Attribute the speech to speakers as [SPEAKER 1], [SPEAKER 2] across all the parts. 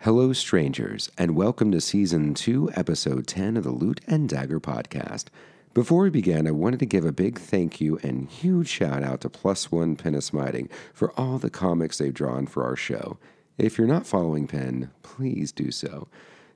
[SPEAKER 1] Hello, strangers, and welcome to Season 2, Episode 10 of the Loot and Dagger Podcast. Before we begin, I wanted to give a big thank you and huge shout out to Plus One Penn Smiting for all the comics they've drawn for our show. If you're not following Penn, please do so.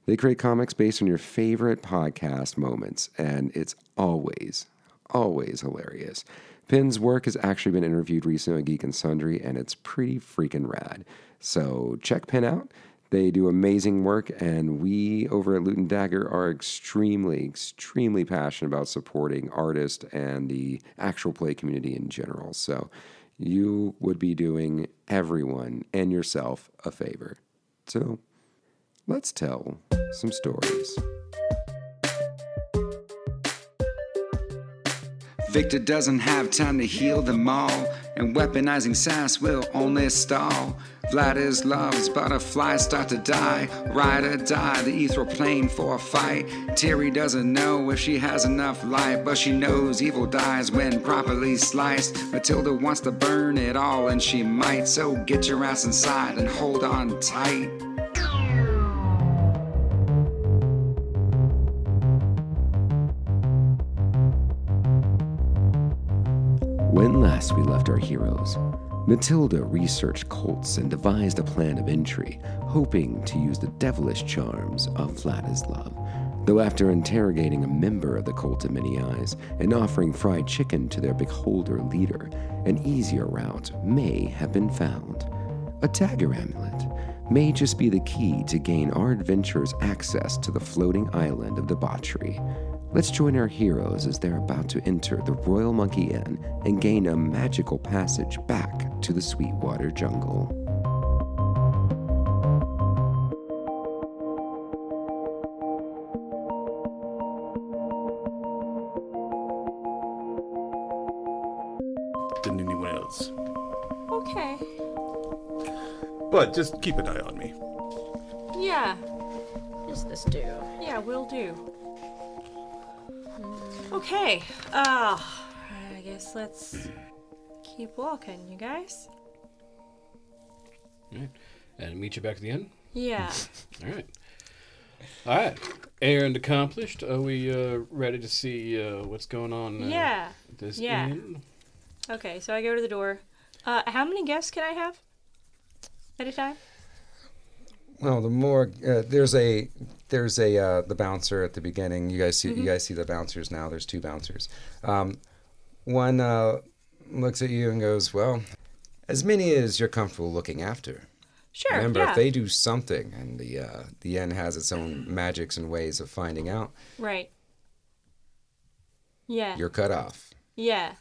[SPEAKER 1] They create comics based on your favorite podcast moments, and it's always, always hilarious. Penn's work has actually been interviewed recently on Geek and Sundry, and it's pretty freaking rad. So check Penn out. They do amazing work, and we over at Loot and Dagger are extremely, extremely passionate about supporting artists and the actual play community in general. So you would be doing everyone and yourself a favor. So let's tell some stories.
[SPEAKER 2] Victor doesn't have time to heal them all, and weaponizing sass will only stall. Vladislav's butterflies start to die, ride or die, the ethereal plane for a fight. Terry doesn't know if she has enough light, but she knows evil dies when properly sliced. Matilda wants to burn it all, and she might, so get your ass inside and hold on tight.
[SPEAKER 1] When last we left our heroes, Matilda researched cults and devised a plan of entry, hoping to use the devilish charms of Vladislav. Though after interrogating a member of the cult of many eyes and offering fried chicken to their beholder leader, an easier route may have been found. A dagger amulet may just be the key to gain our adventurers access to the floating island of debauchery. Let's join our heroes as they're about to enter the Royal Monkey Inn and gain a magical passage back to the Sweetwater Jungle.
[SPEAKER 3] than anyone else.
[SPEAKER 4] Okay.
[SPEAKER 3] But just keep an eye on me.
[SPEAKER 4] Yeah.
[SPEAKER 5] does this do?
[SPEAKER 4] Yeah, will do. Okay. Uh, I guess let's keep walking, you guys.
[SPEAKER 6] All right. And meet you back at the end.
[SPEAKER 4] Yeah.
[SPEAKER 6] All right. All right. Errand accomplished. Are we uh, ready to see uh, what's going on? Uh,
[SPEAKER 4] Yeah.
[SPEAKER 6] at This
[SPEAKER 4] Yeah.
[SPEAKER 6] inn?
[SPEAKER 4] Okay, so I go to the door. Uh, how many guests can I have at a time?
[SPEAKER 7] Well, the more uh, there's a there's a uh, the bouncer at the beginning. You guys see
[SPEAKER 4] Mm-hmm.
[SPEAKER 7] you guys see the bouncers now. There's two bouncers. Um, one uh, looks at you and goes, "Well, as many as you're comfortable looking after."
[SPEAKER 4] Sure.
[SPEAKER 7] Remember,
[SPEAKER 4] yeah.
[SPEAKER 7] if they do something, and the uh, the inn has its own magics and ways of finding out,
[SPEAKER 4] Right. Yeah.
[SPEAKER 7] you're cut off.
[SPEAKER 4] Yeah.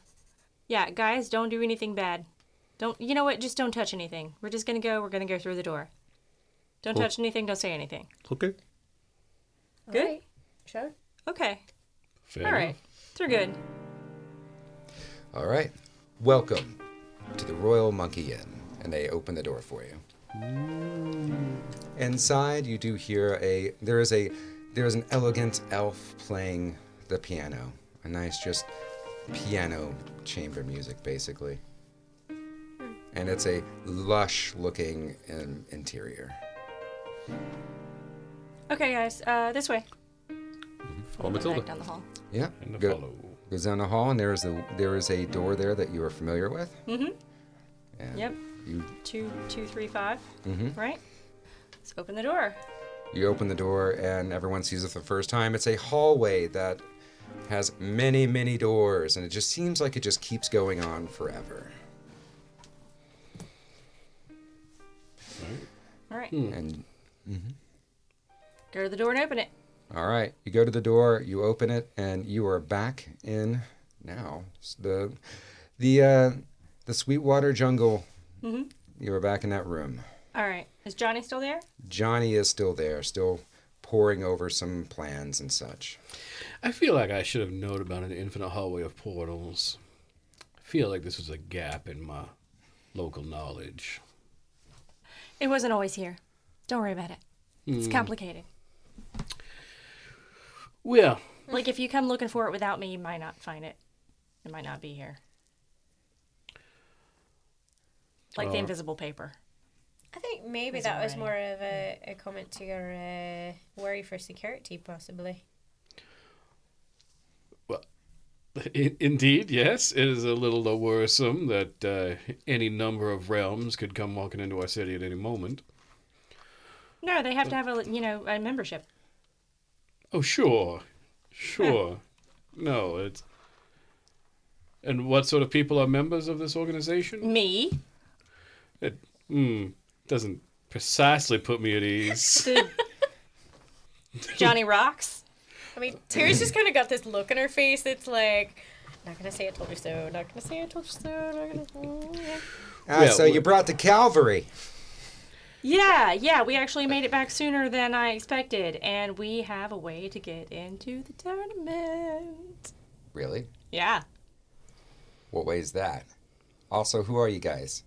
[SPEAKER 4] Yeah, guys, don't do anything bad. Don't, you know what? Just don't touch anything. We're just gonna go, we're gonna go through the door. Don't touch anything, don't say anything.
[SPEAKER 3] Okay.
[SPEAKER 4] Good?
[SPEAKER 5] Alright, Sure.
[SPEAKER 4] Okay.
[SPEAKER 6] Fair
[SPEAKER 4] All right. They're good.
[SPEAKER 7] All right, welcome to the Royal Monkey Inn, and they open the door for you. Mm. Inside, you do hear a there is a there is an elegant elf playing the piano. A nice, just piano chamber music, basically. And it's a lush-looking um, interior.
[SPEAKER 4] Okay, guys, uh, this way.
[SPEAKER 3] Follow
[SPEAKER 4] Back
[SPEAKER 3] Matilda.
[SPEAKER 4] down the hall.
[SPEAKER 7] Yeah,
[SPEAKER 6] And the
[SPEAKER 7] go-
[SPEAKER 6] follow.
[SPEAKER 7] goes down the hall, and there is a there is a door there that you are familiar with. Mm-hmm. And
[SPEAKER 4] Yep.
[SPEAKER 7] You
[SPEAKER 4] Two, two, three, five. Right. Let's open the door.
[SPEAKER 7] You open the door, and everyone sees it for the first time. It's a hallway that has many, many doors, and it just seems like it just keeps going on forever.
[SPEAKER 4] All right.
[SPEAKER 7] And
[SPEAKER 4] Go to the door and open it.
[SPEAKER 7] all right, you go to the door, you open it, and you are back in now s- the the uh, the Sweetwater jungle. You are back in that room.
[SPEAKER 4] All right. Is Johnny still there?
[SPEAKER 7] Johnny is still there, still poring over some plans and such.
[SPEAKER 6] I feel like I should have known about an infinite hallway of portals. I feel like this was a gap in my local knowledge.
[SPEAKER 4] It wasn't always here. Don't worry about it. It's complicated.
[SPEAKER 6] Well,
[SPEAKER 4] Like, if you come looking for it without me, you might not find it. It might not be here. Like the invisible paper.
[SPEAKER 5] I think maybe that was more of a, a comment to your uh, worry for security, possibly.
[SPEAKER 6] In- Indeed, yes, it is a little worrisome that uh, any number of realms could come walking into our city at any moment.
[SPEAKER 4] No, they have to have a you know a membership.
[SPEAKER 6] Oh, sure, sure. No, it's. And what sort of people are members of this organization?
[SPEAKER 4] Me,
[SPEAKER 6] It mm, doesn't precisely put me at ease.
[SPEAKER 4] the Johnny Rocks.
[SPEAKER 5] I mean, Terry's just kind of got this look on her face. It's like, not gonna say I told you so. Not gonna say I told you so. Not gonna.
[SPEAKER 7] Ah,
[SPEAKER 6] Yeah,
[SPEAKER 7] so
[SPEAKER 6] we-
[SPEAKER 7] you brought the cavalry.
[SPEAKER 4] Yeah, yeah, we actually made it back sooner than I expected, and we have a way to get into the tournament.
[SPEAKER 7] Really?
[SPEAKER 4] Yeah,
[SPEAKER 7] What way is that? Also, who are you guys?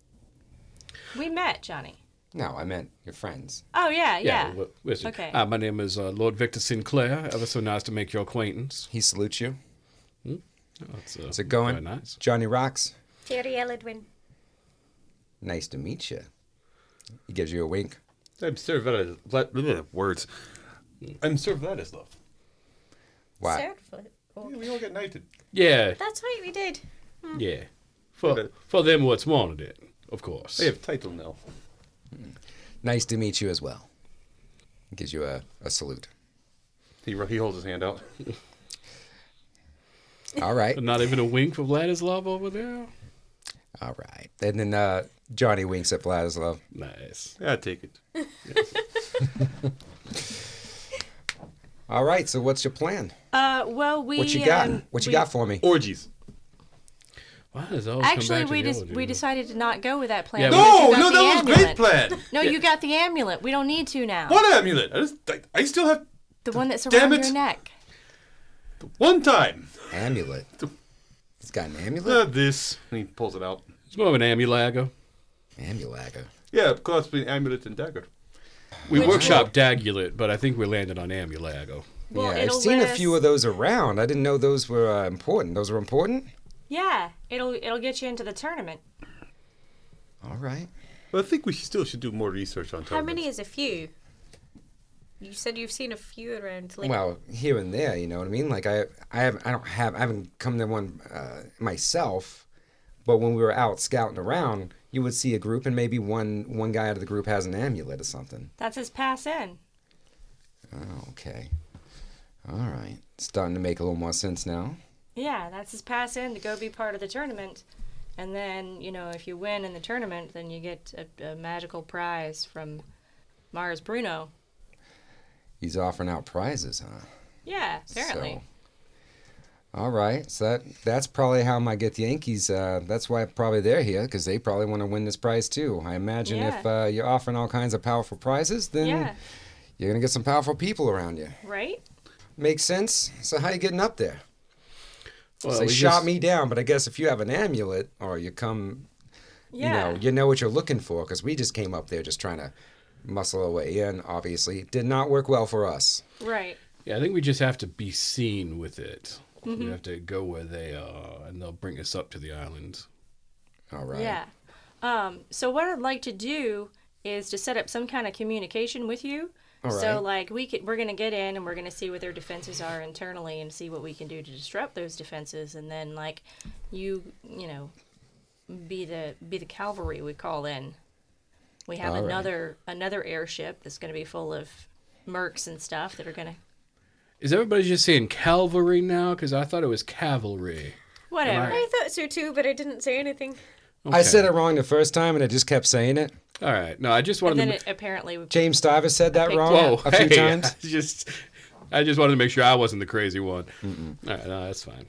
[SPEAKER 4] we met Johnny.
[SPEAKER 7] No, I meant your friends.
[SPEAKER 4] Oh yeah, yeah.
[SPEAKER 6] wh- listen,
[SPEAKER 4] Okay.
[SPEAKER 6] Uh, my name is uh, Lord Victor Sinclair. Ever so nice to make your acquaintance.
[SPEAKER 7] He salutes you.
[SPEAKER 6] That's, uh,
[SPEAKER 7] How's it going?
[SPEAKER 6] Very nice.
[SPEAKER 7] Johnny Rocks,
[SPEAKER 5] Terry Elledwin.
[SPEAKER 7] nice to meet you. He gives you a wink.
[SPEAKER 3] I'm Sir Vlad- Vlad- bleh, words. I'm Sir Vladislav.
[SPEAKER 7] Why?
[SPEAKER 5] Servlet. Oh,
[SPEAKER 3] Yeah, we all get knighted.
[SPEAKER 6] Yeah,
[SPEAKER 5] That's right, we did.
[SPEAKER 4] Hmm.
[SPEAKER 6] yeah.
[SPEAKER 7] uh,
[SPEAKER 6] For for them, what's wanted it, of course.
[SPEAKER 3] They have title now.
[SPEAKER 7] Nice to meet you as well. He gives you a, a salute.
[SPEAKER 3] He, he holds his hand out.
[SPEAKER 7] All right.
[SPEAKER 6] Not even a wink for Vladislav over there.
[SPEAKER 7] All right. And then uh, Johnny winks at Vladislav.
[SPEAKER 6] Nice.
[SPEAKER 3] Yeah, take it.
[SPEAKER 7] All right. So what's your plan?
[SPEAKER 4] Uh, well, we
[SPEAKER 7] What you got?
[SPEAKER 4] um,
[SPEAKER 7] what you
[SPEAKER 4] we-
[SPEAKER 7] got for me?
[SPEAKER 3] Orgies.
[SPEAKER 6] Why does it always come
[SPEAKER 4] Actually,
[SPEAKER 6] back to
[SPEAKER 4] we
[SPEAKER 6] the
[SPEAKER 4] just
[SPEAKER 6] orgy?
[SPEAKER 4] we decided to not go with that plan.
[SPEAKER 6] Yeah,
[SPEAKER 4] because
[SPEAKER 3] No,
[SPEAKER 6] we-
[SPEAKER 4] you got
[SPEAKER 3] no,
[SPEAKER 4] the
[SPEAKER 3] that was a great
[SPEAKER 4] amulet.
[SPEAKER 3] plan.
[SPEAKER 4] No, you got the amulet. We don't need to now.
[SPEAKER 3] What amulet? I, just, I, I still have
[SPEAKER 4] The one that's
[SPEAKER 3] Damn
[SPEAKER 4] around
[SPEAKER 3] it.
[SPEAKER 4] your neck.
[SPEAKER 3] one time.
[SPEAKER 7] Amulet. He's got an
[SPEAKER 3] Uh,
[SPEAKER 7] amulet.
[SPEAKER 3] this. And he pulls it out.
[SPEAKER 6] It's more of an amulago.
[SPEAKER 7] Amulaga.
[SPEAKER 3] Yeah, of course, between amulet and dagger.
[SPEAKER 6] We workshop dagulet, but I think we landed on amulago.
[SPEAKER 4] Well,
[SPEAKER 7] yeah, I've
[SPEAKER 4] it'll
[SPEAKER 7] seen
[SPEAKER 4] let
[SPEAKER 7] a few
[SPEAKER 4] us-
[SPEAKER 7] of those around. I didn't know those were uh, important. Those were important.
[SPEAKER 4] Yeah, it'll it'll get you into the tournament.
[SPEAKER 7] All right.
[SPEAKER 3] But I think we still should do more research on
[SPEAKER 5] How
[SPEAKER 3] tournaments.
[SPEAKER 5] many is a few? You said you've seen a few around. Like,
[SPEAKER 7] Well, here and there, you know what I mean. Like I, I have, I don't have, I haven't come to one uh, myself. But when we were out scouting around, you would see a group, and maybe one one guy out of the group has an amulet or something.
[SPEAKER 4] That's his pass in.
[SPEAKER 7] Oh, okay. All right. Starting to make a little more sense now.
[SPEAKER 4] Yeah, that's his pass in to go be part of the tournament. And then, you know, if you win in the tournament, then you get a, a magical prize from Mars Bruno.
[SPEAKER 7] He's offering out prizes, huh?
[SPEAKER 4] Yeah, apparently.
[SPEAKER 7] So, all right. So that that's probably how my get the Yankees. Uh, that's why probably they're here because they probably want to win this prize too. I imagine if
[SPEAKER 4] Yeah.
[SPEAKER 7] uh, you're offering all kinds of powerful prizes, then
[SPEAKER 4] Yeah.
[SPEAKER 7] you're gonna get some powerful people around you.
[SPEAKER 4] Right?
[SPEAKER 7] Makes sense. So how you getting up there?
[SPEAKER 6] Well,
[SPEAKER 7] they
[SPEAKER 6] we
[SPEAKER 7] shot
[SPEAKER 6] just-
[SPEAKER 7] me down, but I guess if you have an amulet or you come,
[SPEAKER 4] Yeah.
[SPEAKER 7] you know, you know what you're looking for because we just came up there just trying to muscle our way in. Obviously, it did not work well for us.
[SPEAKER 4] Right.
[SPEAKER 6] Yeah, I think we just have to be seen with it. We
[SPEAKER 7] Mm-hmm.
[SPEAKER 6] have to go where they are, and they'll bring us up to the island.
[SPEAKER 7] All right.
[SPEAKER 4] Yeah. Um, so what I'd like to do is to set up some kind of communication with you. So
[SPEAKER 7] right.
[SPEAKER 4] like we could, we're gonna get in and we're gonna see what their defenses are internally and see what we can do to disrupt those defenses and then like you you know be the be the cavalry we call in. We have
[SPEAKER 7] All right.
[SPEAKER 4] another another airship that's gonna be full of mercs and stuff that are gonna
[SPEAKER 6] Is everybody just saying cavalry now? Because I thought it was cavalry.
[SPEAKER 4] whatever.
[SPEAKER 5] I thought so too, but I didn't say anything.
[SPEAKER 7] I
[SPEAKER 6] Okay.
[SPEAKER 7] said it wrong the first time, and I just kept saying it.
[SPEAKER 6] All right. No, I just wanted
[SPEAKER 4] And
[SPEAKER 6] to.
[SPEAKER 4] then it
[SPEAKER 6] ma-
[SPEAKER 4] apparently we
[SPEAKER 7] James Stivers said that
[SPEAKER 4] picked
[SPEAKER 7] wrong
[SPEAKER 4] it
[SPEAKER 6] Whoa!
[SPEAKER 4] up.
[SPEAKER 7] a few
[SPEAKER 6] hey,
[SPEAKER 7] times.
[SPEAKER 6] I just, I just wanted to make sure I wasn't the crazy one. All right. No, that's fine.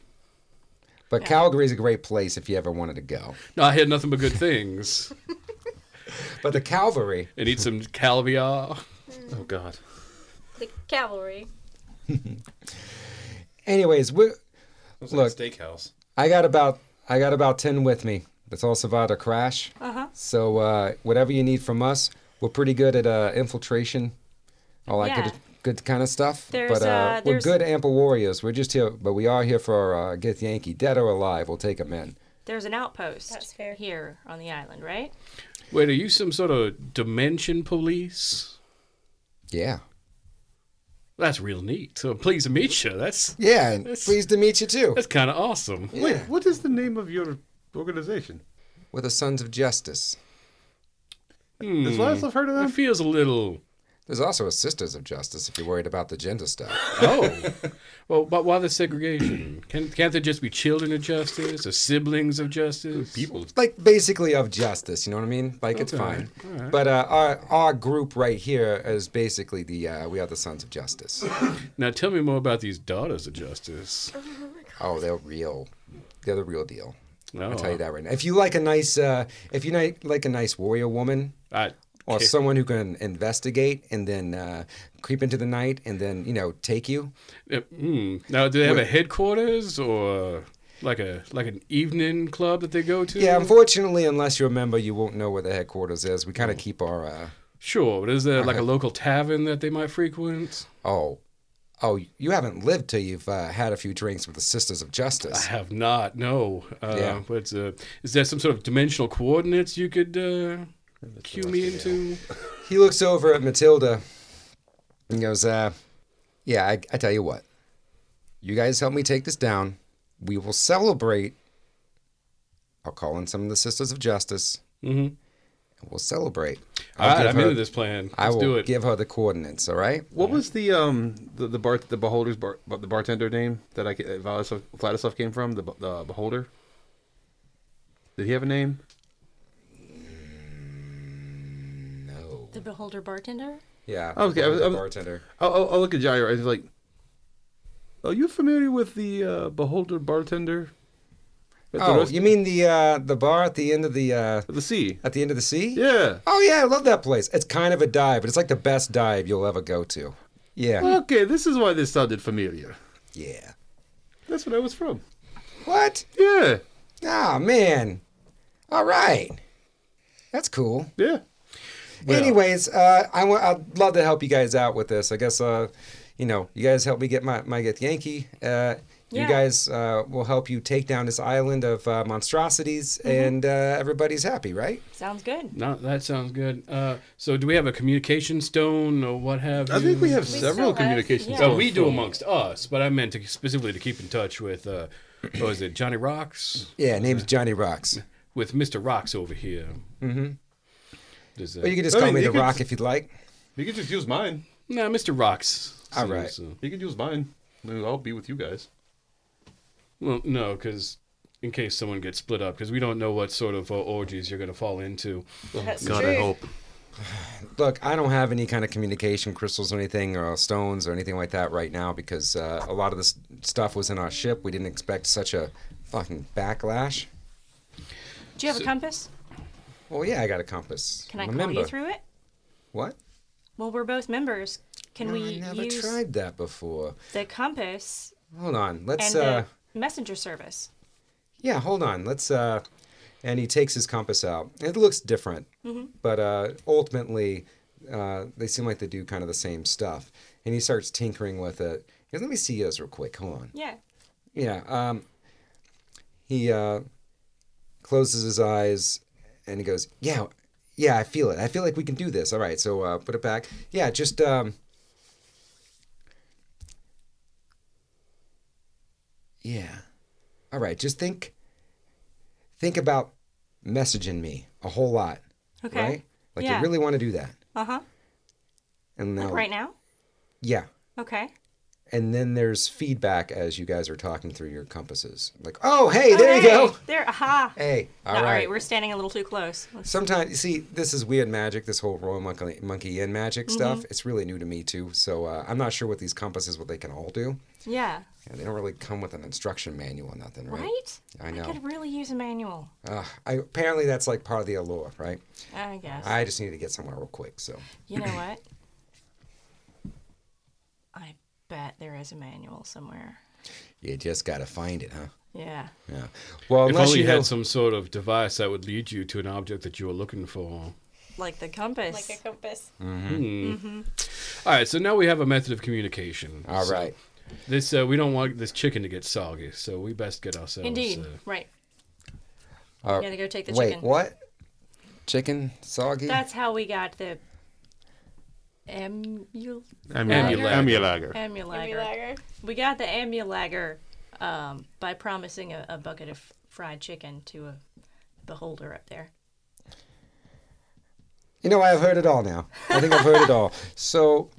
[SPEAKER 7] But Calgary's a great place if you ever wanted to go.
[SPEAKER 6] No, I had nothing but good things.
[SPEAKER 7] But the cavalry,
[SPEAKER 6] and eat some caviar.
[SPEAKER 4] Mm.
[SPEAKER 3] Oh, God.
[SPEAKER 5] The cavalry.
[SPEAKER 7] anyways, we
[SPEAKER 3] Looks
[SPEAKER 7] Look.
[SPEAKER 3] like a steakhouse.
[SPEAKER 7] I got about I got about ten with me. That's all survived a crash. Uh-huh. So uh, whatever you need from us, we're pretty good at uh, infiltration, all that
[SPEAKER 4] Yeah.
[SPEAKER 7] good good kind of stuff.
[SPEAKER 4] There's,
[SPEAKER 7] but uh,
[SPEAKER 4] uh,
[SPEAKER 7] we're
[SPEAKER 4] there's-
[SPEAKER 7] good ample warriors. We're just here, but we are here for our uh, get Yankee, dead or alive. We'll take 'em in.
[SPEAKER 4] there's an outpost
[SPEAKER 5] That's fair.
[SPEAKER 4] here on the island, right?
[SPEAKER 6] Wait, are you some sort of dimension police?
[SPEAKER 7] Yeah.
[SPEAKER 6] That's real neat. So pleased to meet you. That's
[SPEAKER 7] Yeah, and
[SPEAKER 6] That's-
[SPEAKER 7] pleased to meet you too.
[SPEAKER 6] that's kind of awesome.
[SPEAKER 3] Wait, what is the name of your organization?
[SPEAKER 7] With the Sons of Justice.
[SPEAKER 6] Hmm.
[SPEAKER 3] As last I've heard of
[SPEAKER 8] Uh-huh.
[SPEAKER 6] That
[SPEAKER 3] them?
[SPEAKER 6] feels a little.
[SPEAKER 7] There's also a Sisters of Justice if you're worried about the gender stuff.
[SPEAKER 6] Oh, well, but why the segregation? Can, can't there just be children of justice or siblings of justice?
[SPEAKER 3] People.
[SPEAKER 7] like basically of justice, you know what I mean? Like it's fine. But uh, our our group right here is basically the uh, we are the Sons of Justice.
[SPEAKER 6] Now tell me more about these daughters of justice.
[SPEAKER 7] Oh, they're real. They're the real deal.
[SPEAKER 6] No,
[SPEAKER 7] I'll
[SPEAKER 6] Oh.
[SPEAKER 7] tell you that right now. If you like a nice, uh, if you like, like a nice warrior woman
[SPEAKER 6] Oh, I,
[SPEAKER 7] or someone who can investigate and then uh, creep into the night and then you know take you,
[SPEAKER 6] uh, mm. Now, do they have a headquarters or like a like an evening club that they go to?
[SPEAKER 7] yeah. Unfortunately, unless you're a member, you won't know where the headquarters is. We kind of keep our uh,
[SPEAKER 6] sure. But is there like a local tavern that they might frequent?
[SPEAKER 7] oh. Oh, you haven't lived till you've uh, had a few drinks with the Sisters of
[SPEAKER 6] I
[SPEAKER 7] Justice.
[SPEAKER 6] have not. No. Uh,
[SPEAKER 7] Yeah.
[SPEAKER 6] But uh, is there some sort of dimensional coordinates you could uh, cue me into?
[SPEAKER 7] He looks over at Matilda and goes, uh, Yeah, I, I tell you what. You guys help me take this down. We will celebrate. I'll call in some of the Sisters of Justice
[SPEAKER 6] Mhm.
[SPEAKER 7] and we'll celebrate.
[SPEAKER 6] All right,
[SPEAKER 7] give
[SPEAKER 6] I'm
[SPEAKER 7] her-
[SPEAKER 6] into this plan. Let's
[SPEAKER 7] I will
[SPEAKER 6] do it.
[SPEAKER 7] give her the coordinates, all right?
[SPEAKER 3] What was the um the the bar the beholder's bar the bartender name that I ca- that Vladislav, Vladislav came from the the beholder? Did he have a name?
[SPEAKER 4] The beholder bartender?
[SPEAKER 7] Yeah.
[SPEAKER 3] Okay, I was-
[SPEAKER 7] the
[SPEAKER 3] I was-
[SPEAKER 7] bartender.
[SPEAKER 3] I'll, I'll, I'll look at Jairo and he's like, "Are you familiar with the uh, beholder bartender?" At the
[SPEAKER 7] Oh,
[SPEAKER 3] rest-
[SPEAKER 7] you mean the uh, the bar at the end of the uh,
[SPEAKER 3] at the sea?
[SPEAKER 7] at the end of the sea?
[SPEAKER 3] Yeah.
[SPEAKER 7] Oh yeah, I love that place. It's kind of a dive, but it's like the best dive you'll ever go to. Yeah.
[SPEAKER 3] Okay, this is why this sounded familiar.
[SPEAKER 7] Yeah.
[SPEAKER 3] That's what I was from.
[SPEAKER 7] What?
[SPEAKER 3] Yeah,
[SPEAKER 7] Ah, man. All right. That's cool.
[SPEAKER 3] yeah.
[SPEAKER 7] Anyways, uh, I w- I'd love to help you guys out with this. I guess, uh, you know, you guys help me get my, my get Yankee. Uh, You
[SPEAKER 4] Yeah.
[SPEAKER 7] guys uh, will help you take down this island of uh, monstrosities,
[SPEAKER 4] Mm-hmm.
[SPEAKER 7] and uh, everybody's happy, right?
[SPEAKER 4] Sounds good.
[SPEAKER 6] No, that sounds good. Uh, so, do we have a communication stone or what have you?
[SPEAKER 3] I think we have
[SPEAKER 4] still
[SPEAKER 3] several
[SPEAKER 4] have-
[SPEAKER 3] communications.
[SPEAKER 4] yeah.
[SPEAKER 6] Oh, we do amongst us, but I meant to, specifically to keep in touch with, uh, what is it, Johnny Rocks?
[SPEAKER 7] Yeah, name's Johnny Rocks.
[SPEAKER 6] With Mr. Rocks over here. Mm-hmm. Does, uh,
[SPEAKER 7] Or you can just
[SPEAKER 3] I
[SPEAKER 4] Oh,
[SPEAKER 7] call
[SPEAKER 3] mean,
[SPEAKER 7] me
[SPEAKER 3] you
[SPEAKER 7] The
[SPEAKER 3] could-
[SPEAKER 7] Rock if you'd like.
[SPEAKER 3] You can just use mine.
[SPEAKER 6] nah, Mr. Rocks. uh,
[SPEAKER 7] All
[SPEAKER 6] So-
[SPEAKER 7] right.
[SPEAKER 6] so-
[SPEAKER 3] You can use mine. Maybe I'll be with you guys.
[SPEAKER 6] Well, no, because in case someone gets split up, because we don't know what sort of uh, orgies you're going to fall into.
[SPEAKER 5] That's
[SPEAKER 3] God,
[SPEAKER 5] true.
[SPEAKER 3] I hope.
[SPEAKER 7] Look, I don't have any kind of communication crystals or anything or stones or anything like that right now because uh, a lot of this stuff was in our ship. We didn't expect such a fucking backlash.
[SPEAKER 4] Do you have a compass?
[SPEAKER 7] Well, yeah, I got a compass.
[SPEAKER 4] Can I
[SPEAKER 7] I'm a
[SPEAKER 4] call
[SPEAKER 7] member.
[SPEAKER 4] you through it?
[SPEAKER 7] What?
[SPEAKER 4] Well, we're both members. Can
[SPEAKER 7] No,
[SPEAKER 4] we
[SPEAKER 7] I never
[SPEAKER 4] use
[SPEAKER 7] tried that before.
[SPEAKER 4] the compass
[SPEAKER 7] Hold on. Let's
[SPEAKER 4] and
[SPEAKER 7] uh
[SPEAKER 4] the messenger service?
[SPEAKER 7] yeah, hold on. Let's uh and he takes his compass out. It looks different. But uh ultimately uh they seem like they do kind of the same stuff. And he starts tinkering with it. He goes, Let me see yours real quick. Hold on.
[SPEAKER 4] Yeah.
[SPEAKER 7] Yeah. Um, he uh, closes his eyes and he goes, "Yeah, yeah, I feel it. I feel like we can do this. All right, so uh, put it back. Yeah, just um, yeah. All right, just think, think about messaging me a whole lot,
[SPEAKER 4] Okay.
[SPEAKER 7] right? Like
[SPEAKER 4] Yeah.
[SPEAKER 7] you really want to do that,
[SPEAKER 4] Uh huh.
[SPEAKER 7] and now,
[SPEAKER 4] Right now?
[SPEAKER 7] yeah."
[SPEAKER 4] Okay.
[SPEAKER 7] And then there's feedback as you guys are talking through your compasses. Like, oh, hey, there you go.
[SPEAKER 4] There. Aha.
[SPEAKER 7] Hey,
[SPEAKER 4] No,
[SPEAKER 7] all
[SPEAKER 4] all
[SPEAKER 7] right.
[SPEAKER 4] We're standing a little too close. Let's-
[SPEAKER 7] Sometimes you see this is weird magic. This whole Royal Monkey, Monkey Inn magic stuff. It's really new to me too. So uh, I'm not sure what these compasses what they can all do.
[SPEAKER 4] Yeah.
[SPEAKER 7] And they don't really come with an instruction manual or nothing, right?
[SPEAKER 4] Right?
[SPEAKER 7] I know.
[SPEAKER 4] could really use a manual.
[SPEAKER 7] Ugh, I, apparently that's like part of the allure, right?
[SPEAKER 4] I guess.
[SPEAKER 7] I just need to get somewhere real quick. So
[SPEAKER 4] You know what? I bet there is a manual somewhere.
[SPEAKER 7] you just gotta find it, huh?
[SPEAKER 4] Yeah.
[SPEAKER 7] Yeah. Well,
[SPEAKER 6] if
[SPEAKER 7] unless
[SPEAKER 6] only
[SPEAKER 7] you
[SPEAKER 6] you
[SPEAKER 7] know,
[SPEAKER 6] had some sort of device that would lead you to an object that you were looking for.
[SPEAKER 4] Like the compass.
[SPEAKER 5] Like a compass.
[SPEAKER 7] Mm.
[SPEAKER 6] All right, so now we have a method of communication.
[SPEAKER 7] all
[SPEAKER 6] So
[SPEAKER 7] right.
[SPEAKER 6] This uh, we don't want this chicken to get soggy, so we best get ourselves.
[SPEAKER 4] Indeed.
[SPEAKER 6] Uh,
[SPEAKER 4] Right.
[SPEAKER 7] Uh,
[SPEAKER 4] You gotta go take the
[SPEAKER 7] Wait,
[SPEAKER 4] chicken.
[SPEAKER 7] what? chicken, soggy.
[SPEAKER 4] That's how we got the emu-
[SPEAKER 6] Amulager.
[SPEAKER 8] Amulager.
[SPEAKER 4] amulager.
[SPEAKER 5] Lager.
[SPEAKER 4] We got the amulager um, by promising a, a bucket of fried chicken to a beholder up there.
[SPEAKER 7] You know, I've heard it all now. I think I've heard it all. So,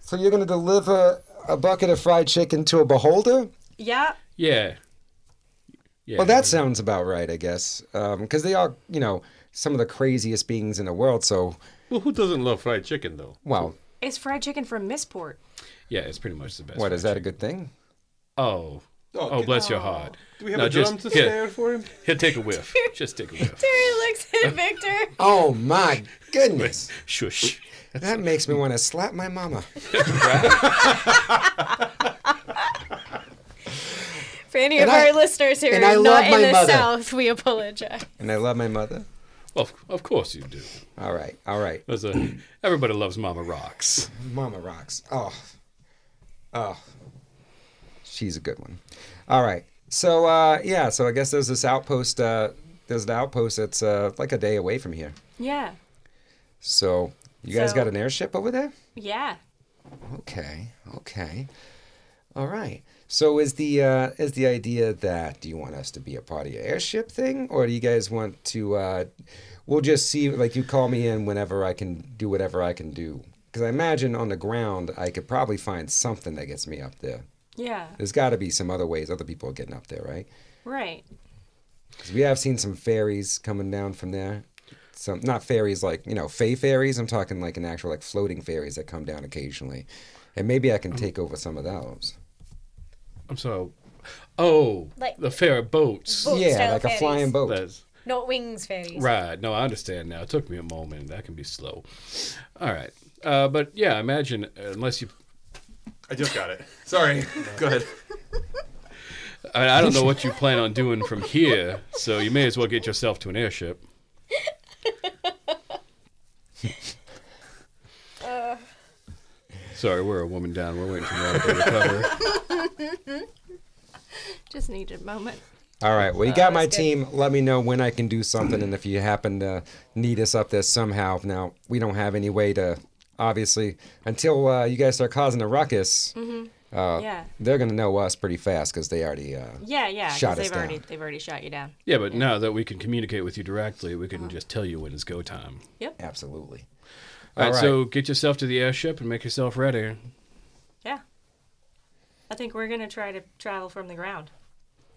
[SPEAKER 7] so you're going to deliver a bucket of fried chicken to a beholder?
[SPEAKER 4] Yeah,
[SPEAKER 6] Yeah. Yeah.
[SPEAKER 7] Well, that sounds about right, I guess, because they are, you know, some of the craziest beings in the world. So,
[SPEAKER 8] Well, who doesn't love fried chicken though?
[SPEAKER 7] wow,
[SPEAKER 4] it's fried chicken from Missport.
[SPEAKER 6] yeah, it's pretty much the best.
[SPEAKER 7] what is
[SPEAKER 6] fried
[SPEAKER 7] that a good thing?
[SPEAKER 6] chicken. Oh. Oh, bless your heart.
[SPEAKER 8] Do we have
[SPEAKER 6] No,
[SPEAKER 8] a
[SPEAKER 6] just-
[SPEAKER 8] drum to
[SPEAKER 6] yeah.
[SPEAKER 8] stand for him?
[SPEAKER 6] Here, take a whiff. just take a whiff.
[SPEAKER 5] Terry looks at Victor.
[SPEAKER 7] Oh my goodness,
[SPEAKER 6] Shush.
[SPEAKER 7] that makes me want to slap my mama.
[SPEAKER 5] For any
[SPEAKER 7] And
[SPEAKER 5] of
[SPEAKER 7] I-
[SPEAKER 5] our listeners who
[SPEAKER 7] and I
[SPEAKER 5] are
[SPEAKER 7] love
[SPEAKER 5] not
[SPEAKER 7] my
[SPEAKER 5] in the
[SPEAKER 7] mother.
[SPEAKER 5] South, we apologize.
[SPEAKER 7] And I love my mother.
[SPEAKER 6] Of, of course you do.
[SPEAKER 7] All right, all right,
[SPEAKER 6] There's a, everybody loves Mama Rocks.
[SPEAKER 7] mama rocks. Oh, oh, she's a good one. All right, so uh, yeah, so I guess there's this outpost. Uh, there's an outpost that's uh, like a day away from here.
[SPEAKER 4] Yeah,
[SPEAKER 7] So you guys
[SPEAKER 4] So-
[SPEAKER 7] got an airship over there?
[SPEAKER 4] yeah.
[SPEAKER 7] Okay. Okay. All right. So is the uh, is the idea that do you want us to be a part of your airship thing, or do you guys want to? Uh, we'll just see. Like you call me in whenever I can do whatever I can do. Because I imagine on the ground I could probably find something that gets me up there.
[SPEAKER 4] Yeah,
[SPEAKER 7] There's got to be some other ways other people are getting up there, right?
[SPEAKER 4] right.
[SPEAKER 7] Because we have seen some fairies coming down from there. Some not fairies like you know fey fairies. I'm talking like an actual like floating fairies that come down occasionally, and maybe I can take over some of those.
[SPEAKER 6] I'm sorry. Oh,
[SPEAKER 5] Like-
[SPEAKER 6] the fair boats.
[SPEAKER 5] Boat
[SPEAKER 7] yeah,
[SPEAKER 5] style
[SPEAKER 7] like a flying
[SPEAKER 5] fairies.
[SPEAKER 7] boat.
[SPEAKER 6] That's
[SPEAKER 5] Not wings fairies.
[SPEAKER 6] right. No, I understand now. It took me a moment. That can be slow. All right. Uh, but yeah, imagine uh, unless you.
[SPEAKER 8] I just got it. Sorry. Go ahead.
[SPEAKER 6] I, mean, I don't know what you plan on doing from here, so you may as well get yourself to an airship. Sorry, we're a woman down. We're waiting for Robert to recover.
[SPEAKER 4] Just needed a moment.
[SPEAKER 7] All right. Well, you got my
[SPEAKER 5] that's good.
[SPEAKER 7] team. Let me know when I can do something, and if you happen to need us up there somehow. Now we don't have any way to, obviously, until uh, you guys start causing a ruckus.
[SPEAKER 5] Mm-hmm.
[SPEAKER 7] Uh,
[SPEAKER 4] yeah,
[SPEAKER 7] They're gonna know us pretty fast because they already. Uh,
[SPEAKER 4] yeah, yeah. 'cause
[SPEAKER 7] shot us
[SPEAKER 4] they've already
[SPEAKER 7] down.
[SPEAKER 4] they've already shot you down.
[SPEAKER 6] Yeah, but now that we can communicate with you directly, we can just tell you when it's go time.
[SPEAKER 7] Absolutely.
[SPEAKER 6] All right,
[SPEAKER 7] All right.
[SPEAKER 6] so get yourself to the airship and make yourself ready.
[SPEAKER 4] Yeah. I think we're gonna try to travel from the ground.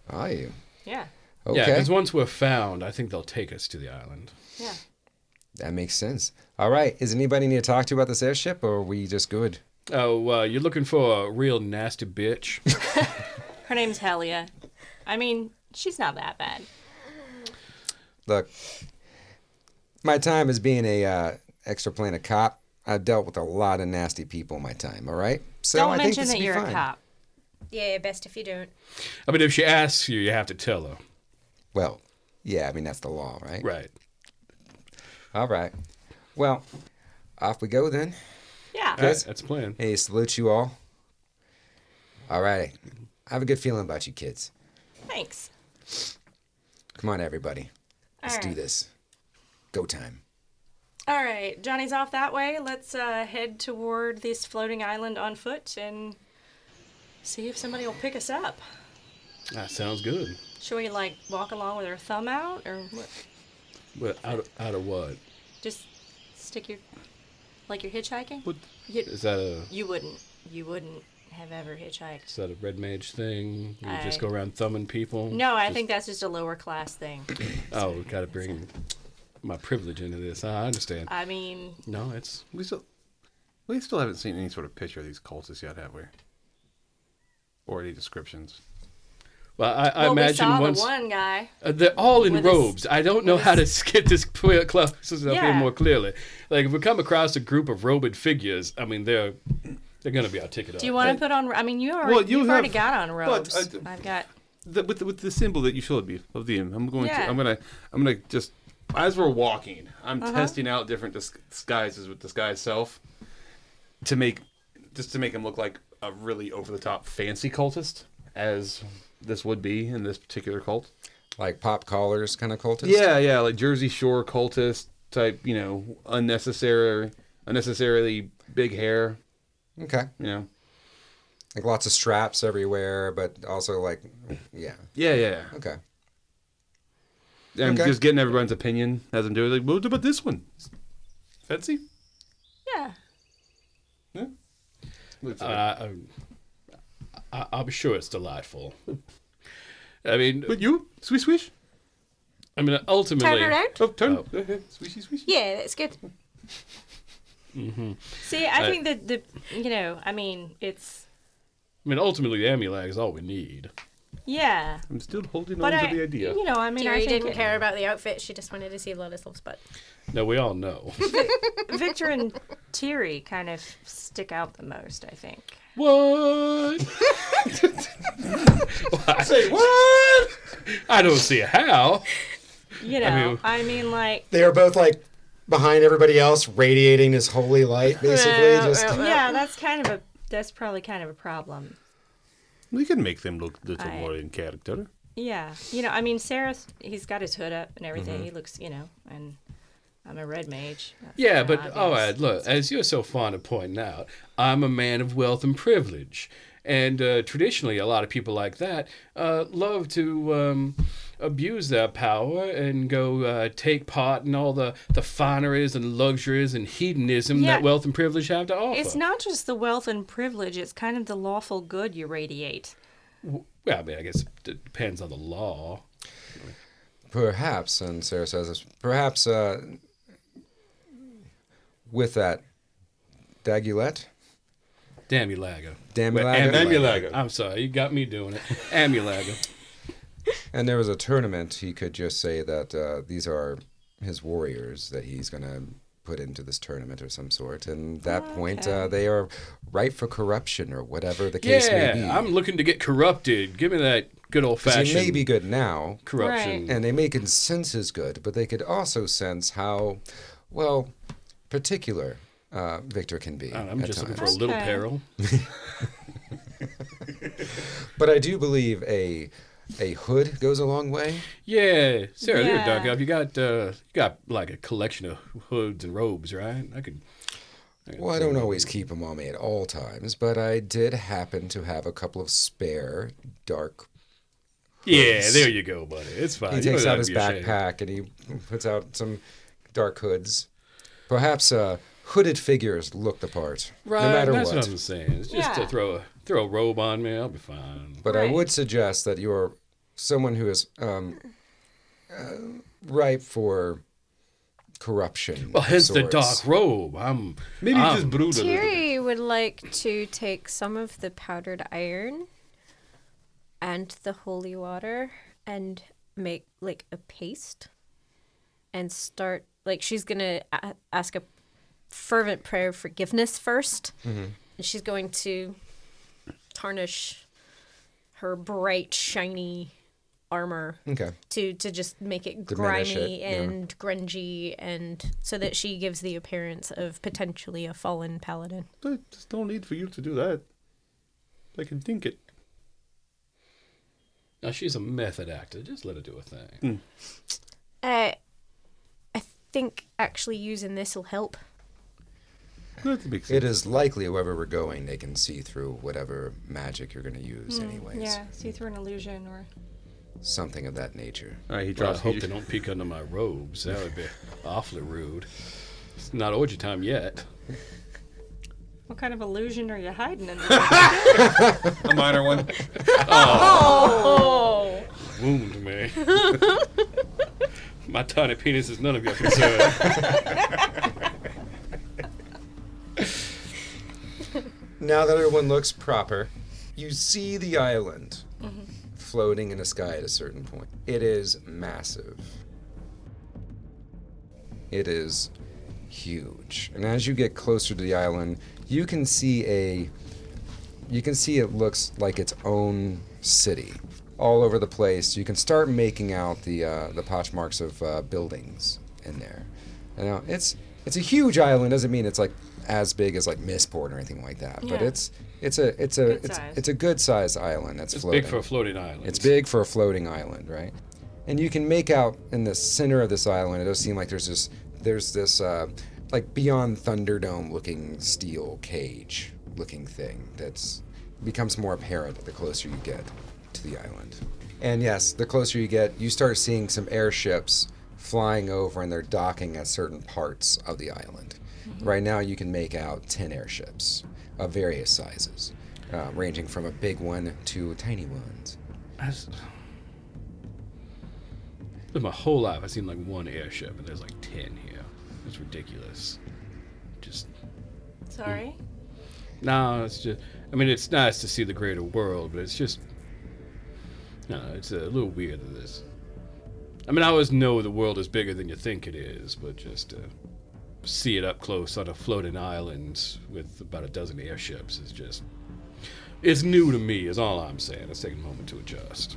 [SPEAKER 7] Are you?
[SPEAKER 4] Yeah,
[SPEAKER 7] Okay.
[SPEAKER 6] Yeah, because once we're found, I think they'll take us to the island.
[SPEAKER 4] yeah.
[SPEAKER 7] That makes sense. All right. Is anybody need to talk to about this airship, or are we just good?
[SPEAKER 6] Oh, uh, you're looking for a real nasty bitch.
[SPEAKER 4] Her name's Helia. I mean, she's not that bad.
[SPEAKER 7] Look, my time as being a uh, extra planet cop, I've dealt with a lot of nasty people in my time. All right. So
[SPEAKER 4] Don't
[SPEAKER 7] I think
[SPEAKER 4] mention
[SPEAKER 7] this
[SPEAKER 4] that
[SPEAKER 7] will be
[SPEAKER 4] you're
[SPEAKER 7] fine.
[SPEAKER 4] a cop.
[SPEAKER 5] Yeah, best if you don't.
[SPEAKER 6] I mean, if she asks you, you have to tell her.
[SPEAKER 7] Well, yeah. I mean that's the law, right?
[SPEAKER 6] Right.
[SPEAKER 7] All right. Well, off we go then.
[SPEAKER 4] Yeah.
[SPEAKER 6] All right, that's the plan.
[SPEAKER 7] Hey, salute you all. All right. I have a good feeling about you kids.
[SPEAKER 4] Thanks.
[SPEAKER 7] Come on, everybody. Let's
[SPEAKER 4] All
[SPEAKER 7] do
[SPEAKER 4] right.
[SPEAKER 7] this. Go time.
[SPEAKER 4] All right, Johnny's off that way. Let's uh, head toward this floating island on foot and see if somebody will pick us up.
[SPEAKER 6] That sounds good.
[SPEAKER 4] Should we like walk along with our thumb out or what?
[SPEAKER 6] Well, out of, out of what?
[SPEAKER 4] Just stick your like you're hitchhiking.
[SPEAKER 6] What
[SPEAKER 4] You,
[SPEAKER 6] is that a
[SPEAKER 4] you wouldn't. You wouldn't have ever hitchhiked.
[SPEAKER 6] is that a red mage thing? You
[SPEAKER 4] I-
[SPEAKER 6] just go around thumbing people?
[SPEAKER 4] No, I
[SPEAKER 6] Just-
[SPEAKER 4] think that's just a lower class thing.
[SPEAKER 6] Oh, gotta bring my privilege into this. I understand.
[SPEAKER 4] I mean,
[SPEAKER 6] No, it's
[SPEAKER 8] We still, we still haven't seen any sort of picture of these cultists yet, have we? Or any descriptions?
[SPEAKER 6] well. I, I
[SPEAKER 4] well, we
[SPEAKER 6] imagine
[SPEAKER 4] saw
[SPEAKER 6] once
[SPEAKER 4] the one guy.
[SPEAKER 6] Uh, they're all in
[SPEAKER 4] With a s-
[SPEAKER 6] robes. I don't know how to get this clear, close stuff
[SPEAKER 4] Yeah.
[SPEAKER 6] in more clearly. Like if we come across a group of robed figures, I mean they're they're gonna be our ticket.
[SPEAKER 4] Do you want to put on? I mean, you already.
[SPEAKER 8] Well, you
[SPEAKER 4] have already
[SPEAKER 8] have-
[SPEAKER 4] got on robes.
[SPEAKER 8] I d-
[SPEAKER 4] I've got.
[SPEAKER 8] The, with the, with the symbol that you showed me of the, I'm going
[SPEAKER 4] Yeah.
[SPEAKER 8] to, I'm gonna, I'm gonna just as we're walking, I'm testing out different dis- disguises with disguise self to make just to make him look like a really over the top fancy cultist as this would be in this particular cult.
[SPEAKER 7] like pop collars kind of cultist?
[SPEAKER 8] Yeah, yeah, like Jersey Shore cultist type, you know, unnecessary, unnecessarily big hair,
[SPEAKER 7] Okay.
[SPEAKER 8] you know.
[SPEAKER 7] Like lots of straps everywhere, but also like, yeah.
[SPEAKER 8] Yeah, yeah.
[SPEAKER 7] Okay.
[SPEAKER 8] yeah. And
[SPEAKER 7] Okay.
[SPEAKER 8] just getting everyone's opinion as I'm doing. Like, what about this one? Fancy?
[SPEAKER 4] Yeah.
[SPEAKER 8] Looks like-
[SPEAKER 6] Uh, I, I'm sure it's delightful. I mean,
[SPEAKER 8] but you, swish, swish.
[SPEAKER 6] I mean, ultimately,
[SPEAKER 5] Turn around.
[SPEAKER 8] Oh, turn.
[SPEAKER 6] Oh.
[SPEAKER 8] Okay, Swishy, swishy.
[SPEAKER 5] Yeah, that's good.
[SPEAKER 4] See, I
[SPEAKER 6] Uh,
[SPEAKER 4] think that the you know, I mean, it's
[SPEAKER 6] I mean, ultimately, the Amulag is all we need.
[SPEAKER 4] yeah.
[SPEAKER 8] I'm still holding on
[SPEAKER 4] But
[SPEAKER 8] to
[SPEAKER 4] I,
[SPEAKER 8] the idea.
[SPEAKER 4] you know, I mean, I
[SPEAKER 5] Jerry
[SPEAKER 4] think
[SPEAKER 5] didn't care about the outfit. She just wanted to see Lola's love's butt.
[SPEAKER 6] Now we all know.
[SPEAKER 4] Victor and Thierry kind of stick out the most. I think.
[SPEAKER 6] what?
[SPEAKER 8] Say what?
[SPEAKER 6] I don't see how.
[SPEAKER 4] You know, I mean,
[SPEAKER 6] mean-
[SPEAKER 4] like
[SPEAKER 9] They are both like behind everybody else, radiating this holy light, basically. just
[SPEAKER 4] yeah, that's kind of a that's probably kind of a problem.
[SPEAKER 8] We can make them look a little
[SPEAKER 4] I-
[SPEAKER 8] more in character.
[SPEAKER 4] Yeah, you know, I mean, Sarah, he's got his hood up and everything. He looks, you know, and I'm a red mage. That's
[SPEAKER 6] Yeah,
[SPEAKER 4] kinda
[SPEAKER 6] but
[SPEAKER 4] obvious.
[SPEAKER 6] all right, look, as you're so fond of pointing out, I'm a man of wealth and privilege. And uh, traditionally, a lot of people like that uh, love to um, abuse their power and go uh, take part in all the, the fineries and luxuries and hedonism
[SPEAKER 4] Yeah.
[SPEAKER 6] that wealth and privilege have to offer.
[SPEAKER 4] It's not just the wealth and privilege; it's kind of the lawful good you radiate.
[SPEAKER 6] Well, I mean, I guess it depends on the law.
[SPEAKER 7] Perhaps, and Sarah says this, perhaps uh, with that Dagulette?
[SPEAKER 6] Damn you, lagger.
[SPEAKER 7] Damulaga?
[SPEAKER 6] I'm sorry, you got me doing it. Amulagger.
[SPEAKER 7] And there was a tournament. He could just say that uh, these are his warriors that he's going to put into this tournament or some sort. And at that point, uh, they are ripe for corruption or whatever the case may be.
[SPEAKER 6] Yeah, I'm looking to get corrupted. Give me that good old
[SPEAKER 7] 'Cause They
[SPEAKER 6] fashioned
[SPEAKER 7] may be good now,
[SPEAKER 6] corruption.
[SPEAKER 7] and they may can sense his good, but they could also sense how, well, particular uh, Victor can
[SPEAKER 6] I
[SPEAKER 7] be.
[SPEAKER 6] don't know, I'm
[SPEAKER 7] at
[SPEAKER 6] just looking for a
[SPEAKER 7] times.
[SPEAKER 6] little
[SPEAKER 4] Okay.
[SPEAKER 6] peril.
[SPEAKER 7] But I do believe a a hood goes a long way.
[SPEAKER 6] Yeah, Sarah, you're
[SPEAKER 4] Yeah.
[SPEAKER 6] a duck up. You got uh, you got like a collection of hoods and robes, right? I could.
[SPEAKER 7] Well, I don't always keep them on me at all times, but I did happen to have a couple of spare dark.
[SPEAKER 6] Yeah, there you go, buddy. It's fine.
[SPEAKER 7] He
[SPEAKER 6] You
[SPEAKER 7] takes
[SPEAKER 6] don't
[SPEAKER 7] out
[SPEAKER 6] have
[SPEAKER 7] his
[SPEAKER 6] to be ashamed.
[SPEAKER 7] backpack and he puts out some dark hoods. Perhaps uh, hooded figures look the part,
[SPEAKER 6] Right,
[SPEAKER 7] no matter
[SPEAKER 6] that's what.
[SPEAKER 7] what.
[SPEAKER 6] I'm saying. It's just
[SPEAKER 4] Yeah.
[SPEAKER 6] to throw a throw a robe on me. I'll be fine.
[SPEAKER 7] But
[SPEAKER 4] Right.
[SPEAKER 7] I would suggest that you are someone who is um, uh, ripe for corruption.
[SPEAKER 6] Well,
[SPEAKER 7] of
[SPEAKER 6] hence the
[SPEAKER 7] sorts.
[SPEAKER 6] dark robe. I'm
[SPEAKER 8] Maybe
[SPEAKER 6] I'm,
[SPEAKER 8] just brood a little.
[SPEAKER 5] Terry would like to take some of the powdered iron and the holy water and make like a paste and start like she's gonna a- ask a fervent prayer of forgiveness 1st
[SPEAKER 7] Mm-hmm.
[SPEAKER 5] and she's going to tarnish her bright shiny armor
[SPEAKER 7] Okay.
[SPEAKER 5] to to just make it
[SPEAKER 7] Diminish
[SPEAKER 5] grimy
[SPEAKER 7] it, yeah.
[SPEAKER 5] and grungy and so that she gives the appearance of potentially a fallen paladin.
[SPEAKER 8] There's no need for you to do that. I can think it.
[SPEAKER 6] now she's a method actor. Just let her do a thing.
[SPEAKER 5] Uh, I think actually using this will help.
[SPEAKER 8] That makes sense.
[SPEAKER 7] It is likely wherever we're going, they can see through whatever magic you're going to use, anyways.
[SPEAKER 4] Mm, Yeah, see through an illusion or
[SPEAKER 7] Something of that nature.
[SPEAKER 8] All right, he
[SPEAKER 6] Well, I
[SPEAKER 8] drops.
[SPEAKER 6] hope
[SPEAKER 8] he,
[SPEAKER 6] they don't peek under my robes. That would be awfully rude. It's not orgy time yet.
[SPEAKER 4] what kind of illusion are you hiding in? there?
[SPEAKER 8] a minor one.
[SPEAKER 6] Oh.
[SPEAKER 4] Oh.
[SPEAKER 6] wound me. My tiny penis is none of your concern.
[SPEAKER 7] Now that everyone looks proper, you see the island floating in the sky at a certain point. It is massive. It is huge. And as you get closer to the island, you can see a you can see it looks like its own city. All over the place, you can start making out the uh, the potch marks of uh, buildings in there. You know, it's it's a huge island. Doesn't mean it's like as big as like Missport or anything like that. But
[SPEAKER 4] Yeah.
[SPEAKER 7] it's it's a it's a
[SPEAKER 4] Good
[SPEAKER 7] it's,
[SPEAKER 4] size.
[SPEAKER 7] it's a good sized island that's
[SPEAKER 6] It's
[SPEAKER 7] floating.
[SPEAKER 6] big for a floating island.
[SPEAKER 7] it's big for a floating island, right?
[SPEAKER 1] and you can make out in the center of this island. It does seem like there's this there's this uh, like beyond Thunderdome looking steel cage looking thing that's becomes more apparent the closer you get to the island. And yes, the closer you get, you start seeing some airships flying over and they're docking at certain parts of the island. Right now, you can make out 10 airships of various sizes, uh, ranging from a big one to tiny ones.
[SPEAKER 6] I've lived my whole life. I've seen like one airship, and there's like ten here. It's ridiculous. Just
[SPEAKER 4] Sorry.
[SPEAKER 6] no, it's just. I mean, it's nice to see the greater world, but it's just. No, it's a little weird that this. I mean, I always know the world is bigger than you think it is, but just to see it up close on a floating island with about a dozen airships is just. It's new to me, is all I'm saying. It's taking a moment to adjust.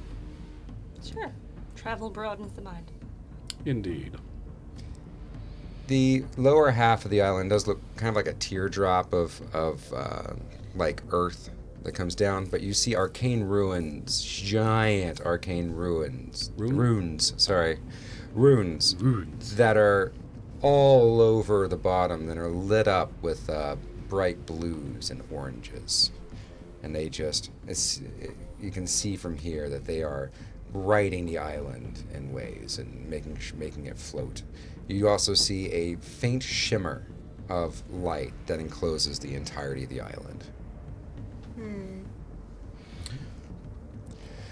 [SPEAKER 4] Sure. Travel broadens the mind.
[SPEAKER 6] Indeed.
[SPEAKER 1] The lower half of the island does look kind of like a teardrop of, of uh, like earth that comes down, but you see arcane ruins, giant arcane ruins, runes, sorry, runes, runes that are all over the bottom that are lit up with uh, bright blues and oranges, and they just it's, you can see from here that they are writing the island in ways and making making it float. You also see a faint shimmer of light that encloses the entirety of the island.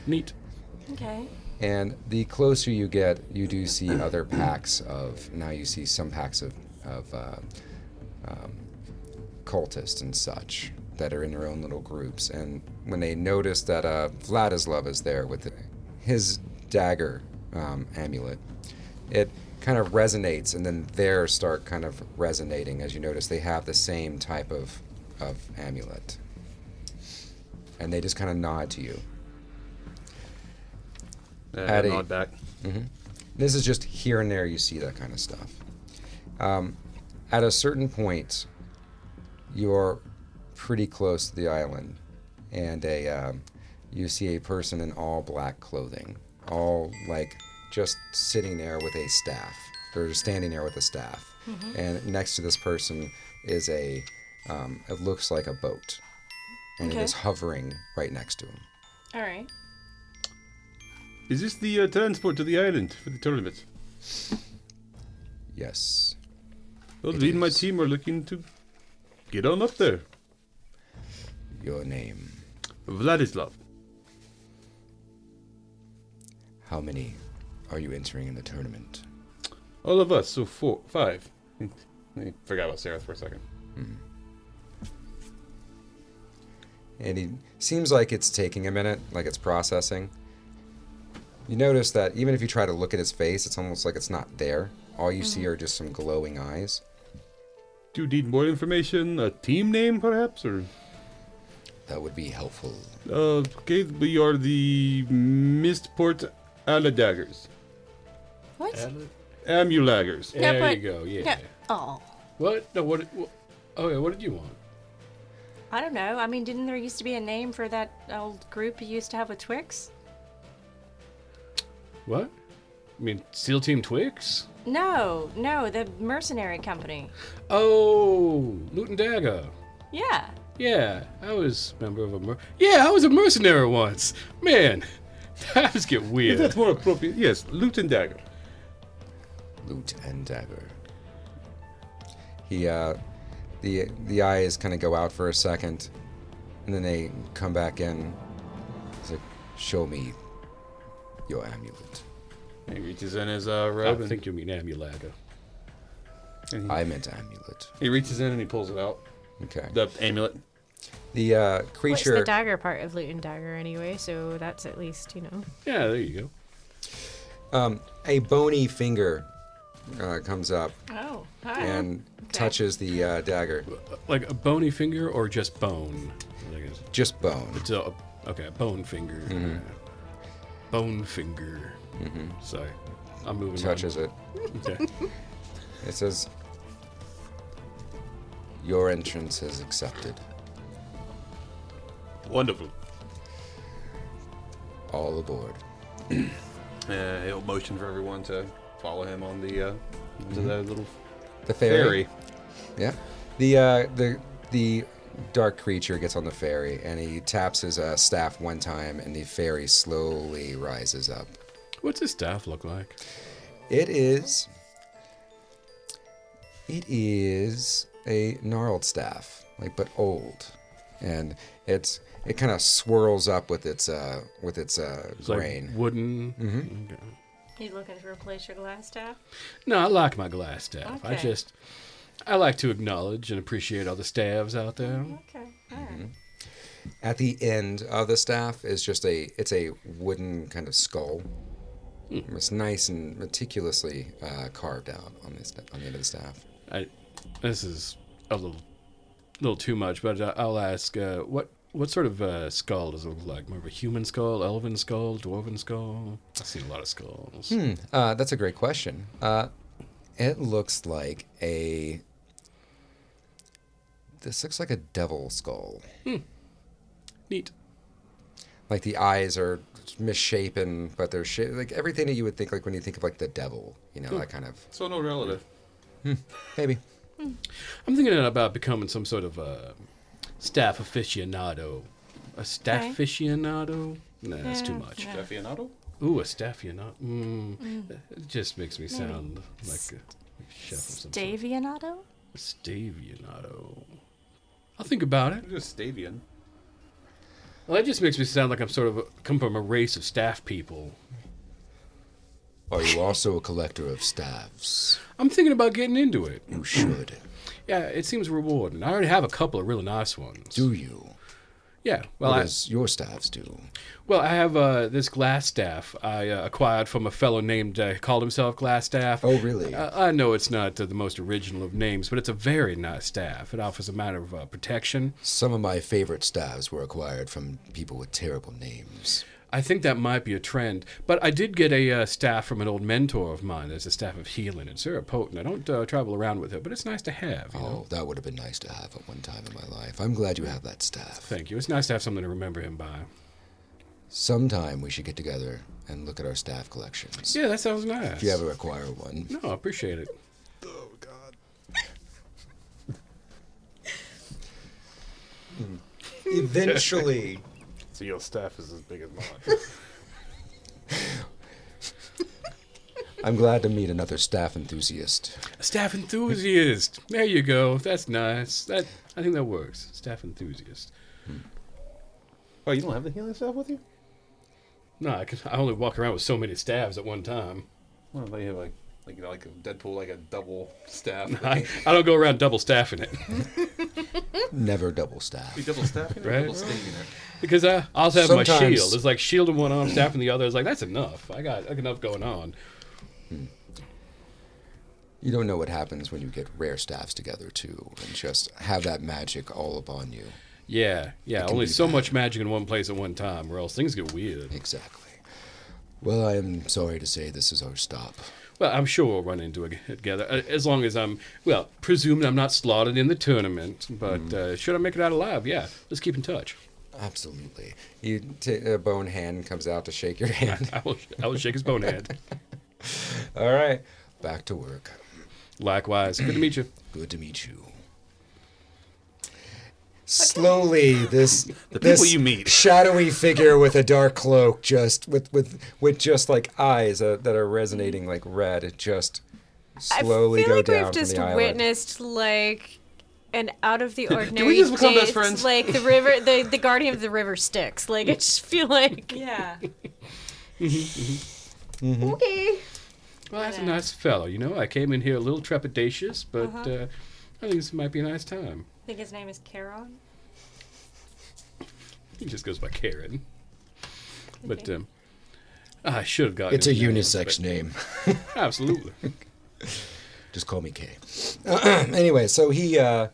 [SPEAKER 6] Neat.
[SPEAKER 4] Okay.
[SPEAKER 1] And the closer you get, you do see other packs of. Now you see some packs of, of uh, um, cultists and such that are in their own little groups. And when they notice that uh, Vladislav is there with his dagger um, amulet, it kind of resonates, and then theirs start kind of resonating as you notice they have the same type of, of amulet. And they just kind of nod to you.
[SPEAKER 8] Uh,
[SPEAKER 1] Addie.
[SPEAKER 8] nod back.
[SPEAKER 1] This is just here and there you see that kind of stuff. Um, at a certain point, you're pretty close to the island, and a um, you see a person in all black clothing, all like just sitting there with a staff, or standing there with a staff. And next to this person is a um, it looks like a boat, and
[SPEAKER 4] Okay.
[SPEAKER 1] it is hovering right next to him.
[SPEAKER 4] All right.
[SPEAKER 8] Is this the uh, transport to the island for the tournament?
[SPEAKER 1] Yes.
[SPEAKER 8] Well,
[SPEAKER 1] It
[SPEAKER 8] me and my
[SPEAKER 1] is.
[SPEAKER 8] team are looking to get on up there.
[SPEAKER 1] Your name.
[SPEAKER 8] Vladislav.
[SPEAKER 1] How many are you entering in the tournament?
[SPEAKER 8] All of us, so four, five. I forgot about Sarah for a second.
[SPEAKER 1] and it seems like it's taking a minute, like it's processing. You notice that even if you try to look at his face, it's almost like it's not there. All you see are just some glowing eyes.
[SPEAKER 8] Do you need more information? A team name, perhaps? Or
[SPEAKER 1] That would be helpful.
[SPEAKER 8] uh, okay, we are the Mistport Aladaggers,
[SPEAKER 4] What?
[SPEAKER 8] Amulaggers.
[SPEAKER 4] Yeah,
[SPEAKER 6] there
[SPEAKER 4] but-
[SPEAKER 6] you go. Yeah.
[SPEAKER 4] Yeah. Oh.
[SPEAKER 6] What? No. What? what oh yeah. What did you want?
[SPEAKER 4] I don't know. I mean, didn't there used to be a name for that old group you used to have with Twix?
[SPEAKER 6] What? I mean, SEAL Team Twix?
[SPEAKER 4] No, no, the mercenary company.
[SPEAKER 6] Oh, Loot and Dagger.
[SPEAKER 4] Yeah.
[SPEAKER 6] Yeah, I was a member of a mer- Yeah, I was a mercenary once. Man, that was get
[SPEAKER 8] Yeah,
[SPEAKER 6] weird.
[SPEAKER 8] that's more appropriate. Yes, loot and dagger.
[SPEAKER 1] Loot and dagger. He, uh, the the eyes kind of go out for a second, and then they come back in. He's like, "Show me your amulet."
[SPEAKER 8] He reaches in his uh,
[SPEAKER 6] I
[SPEAKER 8] robe. and-
[SPEAKER 6] think you mean Amulaga.
[SPEAKER 8] and he,
[SPEAKER 1] I meant amulet.
[SPEAKER 8] he reaches in and he pulls it out.
[SPEAKER 1] Okay. The,
[SPEAKER 8] The amulet.
[SPEAKER 1] uh,
[SPEAKER 5] What's
[SPEAKER 1] creature.
[SPEAKER 5] the dagger part of loot and dagger anyway? So that's at least you know.
[SPEAKER 6] Yeah, there you go.
[SPEAKER 1] a bony finger uh, comes up
[SPEAKER 4] Oh, hi.
[SPEAKER 5] Uh-huh.
[SPEAKER 1] and touches the uh, dagger.
[SPEAKER 6] Like a bony finger or just bone? Like it's-
[SPEAKER 1] Just bone.
[SPEAKER 6] it's a, uh, okay, a bone finger. Uh, Bone finger. Sorry, I'm moving.
[SPEAKER 1] Touches it.
[SPEAKER 6] On. Okay.
[SPEAKER 1] It says, Your entrance is accepted.
[SPEAKER 8] Wonderful.
[SPEAKER 1] All aboard.
[SPEAKER 8] Uh, he'll motion for everyone to follow him on the uh, to the little
[SPEAKER 7] The
[SPEAKER 8] ferry.
[SPEAKER 7] Yeah. The uh, the the dark creature gets on the ferry and he taps his uh, staff one time and the ferry slowly rises up.
[SPEAKER 6] What's his staff look like?
[SPEAKER 7] It is it is a gnarled staff, like but old. And it's it kind of swirls up with its uh with its uh
[SPEAKER 6] It's
[SPEAKER 7] grain.
[SPEAKER 6] like wooden. Okay.
[SPEAKER 4] You looking to replace your glass staff?
[SPEAKER 6] No, I like my glass staff. I
[SPEAKER 4] Okay.
[SPEAKER 6] just, I like to acknowledge and appreciate all the staves out there.
[SPEAKER 4] Okay. All right.
[SPEAKER 7] Mm-hmm. At the end of the staff is just a it's a wooden kind of skull. It's nice and meticulously uh, carved out on this on the end of the staff.
[SPEAKER 6] I, this is a little, little too much, but I- I'll ask uh, what what sort of uh, skull does it look like? More of a human skull, elven skull, dwarven skull? I've seen a lot of skulls.
[SPEAKER 7] Hmm, uh, that's a great question. Uh, it looks like a this looks like a devil skull.
[SPEAKER 6] Neat.
[SPEAKER 7] Like the eyes are misshapen, but they're sh- like everything that you would think like when you think of like the devil, you know, that kind of
[SPEAKER 8] So no relative.
[SPEAKER 7] maybe.
[SPEAKER 6] I'm thinking about becoming some sort of uh, staff aficionado. A staff
[SPEAKER 4] Okay.
[SPEAKER 6] aficionado? Nah, that's too
[SPEAKER 4] Yeah,
[SPEAKER 6] much.
[SPEAKER 4] yeah.
[SPEAKER 8] Steffianato?
[SPEAKER 6] Ooh, a staff aficionado. Mm, It just makes me sound like a chef of some sort.
[SPEAKER 4] Stavianato?
[SPEAKER 6] Stavianato. I'll think about it.
[SPEAKER 8] Just Stavian.
[SPEAKER 6] Well, that just makes me sound like I'm sort of a, come from a race of staff people.
[SPEAKER 7] Are you also a collector of staffs?
[SPEAKER 6] I'm thinking about getting into it.
[SPEAKER 7] You should.
[SPEAKER 6] Yeah, it seems rewarding. I already have a couple of really nice ones.
[SPEAKER 7] Do you?
[SPEAKER 6] Yeah. Well,
[SPEAKER 7] What
[SPEAKER 6] I,
[SPEAKER 7] does your staffs do?
[SPEAKER 6] well, I have uh, this glass staff I uh, acquired from a fellow named uh, called himself Glass Staff.
[SPEAKER 7] Oh, really?
[SPEAKER 6] Uh, I know it's not uh, the most original of names, but it's a very nice staff. It offers a matter of uh, protection.
[SPEAKER 7] Some of my favorite staffs were acquired from people with terrible names.
[SPEAKER 6] I think that might be a trend, but I did get a uh, staff from an old mentor of mine. There's a staff of healing. It's very potent. I don't uh, travel around with it, but it's nice to have. You know?
[SPEAKER 7] Oh, that would have been nice to have at one time in my life. I'm glad you have that staff.
[SPEAKER 6] Thank you. It's nice to have something to remember him by.
[SPEAKER 7] Sometime we should get together and look at our staff collections.
[SPEAKER 6] Yeah, that sounds nice.
[SPEAKER 7] If you ever acquire one.
[SPEAKER 6] No, I appreciate it.
[SPEAKER 9] Eventually,
[SPEAKER 8] So your staff is as big as mine.
[SPEAKER 7] I'm glad to meet another staff enthusiast.
[SPEAKER 6] A staff enthusiast. There you go. That's nice. That I think that works. Staff enthusiast.
[SPEAKER 8] oh, you don't have the healing staff with you?
[SPEAKER 6] No, I, can, I only walk around with so many staffs at one time.
[SPEAKER 8] Well, they have like like you know, like a Deadpool like a double staff.
[SPEAKER 6] I, I don't go around double staffing it
[SPEAKER 7] Never double staff.
[SPEAKER 8] Be double staffing,
[SPEAKER 6] Right.
[SPEAKER 8] right? Double stinging it.
[SPEAKER 6] because I I also have my
[SPEAKER 9] Sometimes-
[SPEAKER 6] shield. It's like shield in one arm, staff in the other. It's like that's enough. I got enough going on.
[SPEAKER 7] You don't know what happens when you get rare staffs together, too, and just have that magic all upon you.
[SPEAKER 6] Yeah, yeah. Only so much magic in one place at one time, or else things get weird.
[SPEAKER 7] Exactly. Well, I am sorry to say this is our stop.
[SPEAKER 6] Well, I'm sure we'll run into it together a- as long as I'm well. Presuming I'm not slaughtered in the tournament, but
[SPEAKER 9] Mm.
[SPEAKER 6] uh, should I make it out alive? Yeah, let's keep in touch.
[SPEAKER 7] Absolutely. You take a bone hand comes out to shake your hand.
[SPEAKER 6] I will, I will shake his bone hand.
[SPEAKER 7] All right. Back to work.
[SPEAKER 6] Likewise, good to meet you.
[SPEAKER 7] Good to meet you.
[SPEAKER 9] slowly, this this
[SPEAKER 8] you meet.
[SPEAKER 9] shadowy figure
[SPEAKER 7] With a dark cloak, just with with with just like eyes uh, that are resonating like red, it just slowly
[SPEAKER 5] I feel
[SPEAKER 7] go
[SPEAKER 5] like
[SPEAKER 7] down
[SPEAKER 5] we've
[SPEAKER 7] from
[SPEAKER 5] just
[SPEAKER 7] the island.
[SPEAKER 5] witnessed like an out of the ordinary
[SPEAKER 8] just become best
[SPEAKER 5] date,
[SPEAKER 8] friends?
[SPEAKER 5] like the river the, the guardian of the river sticks like i just feel like
[SPEAKER 4] Yeah.
[SPEAKER 5] okay
[SPEAKER 6] Well, that's a nice fellow. You know, I came in here a little trepidatious, but uh I think this might be a nice time.
[SPEAKER 4] I think his name is Charon.
[SPEAKER 6] He just goes by Karen. But um, I should have gotten.
[SPEAKER 9] It's a
[SPEAKER 6] his name,
[SPEAKER 9] unisex name.
[SPEAKER 6] but- Absolutely.
[SPEAKER 7] Just call me Kay. Um, anyway, so he uh,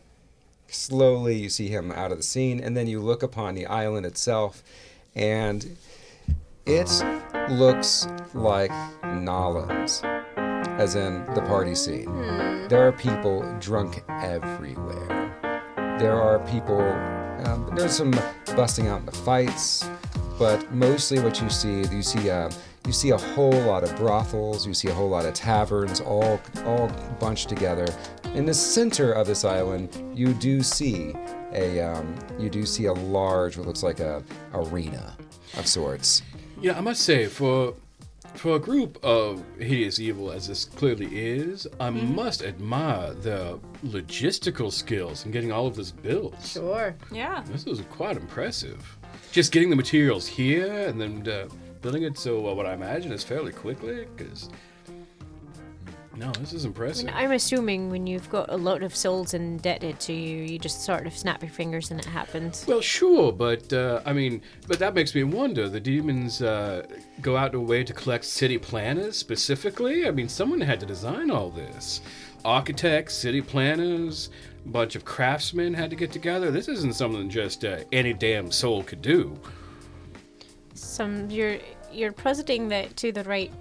[SPEAKER 7] slowly you see him out of the scene, and then you look upon the island itself, and it looks like Nolans, as in the party scene. There are people drunk everywhere. There are people. Um, there's some busting out into fights, but mostly what you see, you see uh, you see a whole lot of brothels, you see a whole lot of taverns, all all bunched together. In the center of this island, you do see a um, you do see a large, what looks like a arena of sorts.
[SPEAKER 6] Yeah, I must say, for for a group of hideous evil as this clearly is, I
[SPEAKER 5] Mm-hmm.
[SPEAKER 6] must admire their logistical skills in getting all of this built.
[SPEAKER 5] Sure.
[SPEAKER 4] Yeah.
[SPEAKER 6] This was quite impressive. Just getting the materials here and then uh, building it so uh, what I imagine is fairly quickly. Because no, this is
[SPEAKER 5] I
[SPEAKER 6] impressive.
[SPEAKER 5] mean, I'm assuming when you've got a lot of souls indebted to you, you just sort of snap your fingers and it happens.
[SPEAKER 6] Well, sure, but uh, I mean, but that makes me wonder. The demons uh, go out their way to collect city planners specifically. I mean, someone had to design all this. Architects, city planners, a bunch of craftsmen had to get together. This isn't something just uh, any damn soul could do.
[SPEAKER 5] Some you're you're positing that to the right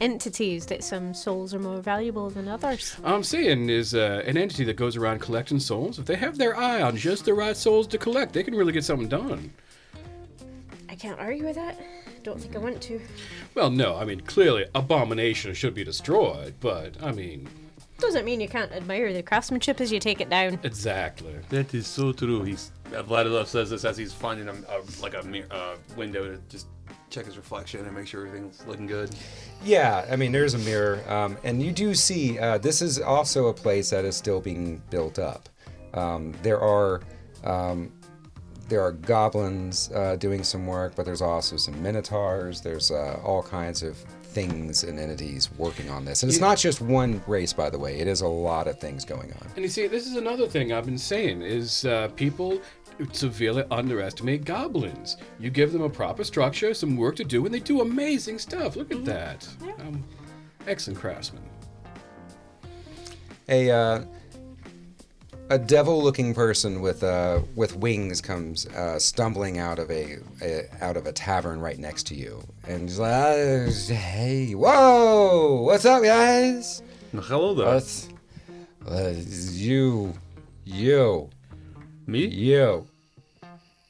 [SPEAKER 5] entities that some souls are more valuable than others.
[SPEAKER 6] I'm saying is uh, an entity that goes around collecting souls. If they have their eye on just the right souls to collect, they can really get something done.
[SPEAKER 5] I can't argue with that. Don't think I want to.
[SPEAKER 6] Well, no, I mean clearly abomination should be destroyed, but I mean
[SPEAKER 5] Doesn't mean you can't admire the craftsmanship as you take it down.
[SPEAKER 6] exactly.
[SPEAKER 8] That is so true. He's Vladilov says this as he's finding a, a like a mir- uh, window to just check his reflection and make sure everything's looking good.
[SPEAKER 7] Yeah, I mean, there's a mirror, um, and you do see uh, this is also a place that is still being built up. Um, there are um, there are goblins uh, doing some work, but there's also some minotaurs. There's uh, all kinds of things and entities working on this, and it's not just one race, by the way. It is a lot of things going on.
[SPEAKER 6] And you see, this is another thing I've been saying is uh, people severely underestimate goblins. You give them a proper structure, some work to do, and they do amazing stuff. Look
[SPEAKER 4] Mm-hmm.
[SPEAKER 6] at that. Um, excellent craftsman.
[SPEAKER 7] a uh, a devil-looking person with uh, with wings comes uh, stumbling out of a, a out of a tavern right next to you, and he's like, "Ah, "Hey, whoa, what's up, guys?
[SPEAKER 8] Hello there.
[SPEAKER 7] What's uh, you, you,
[SPEAKER 8] Me?
[SPEAKER 7] you,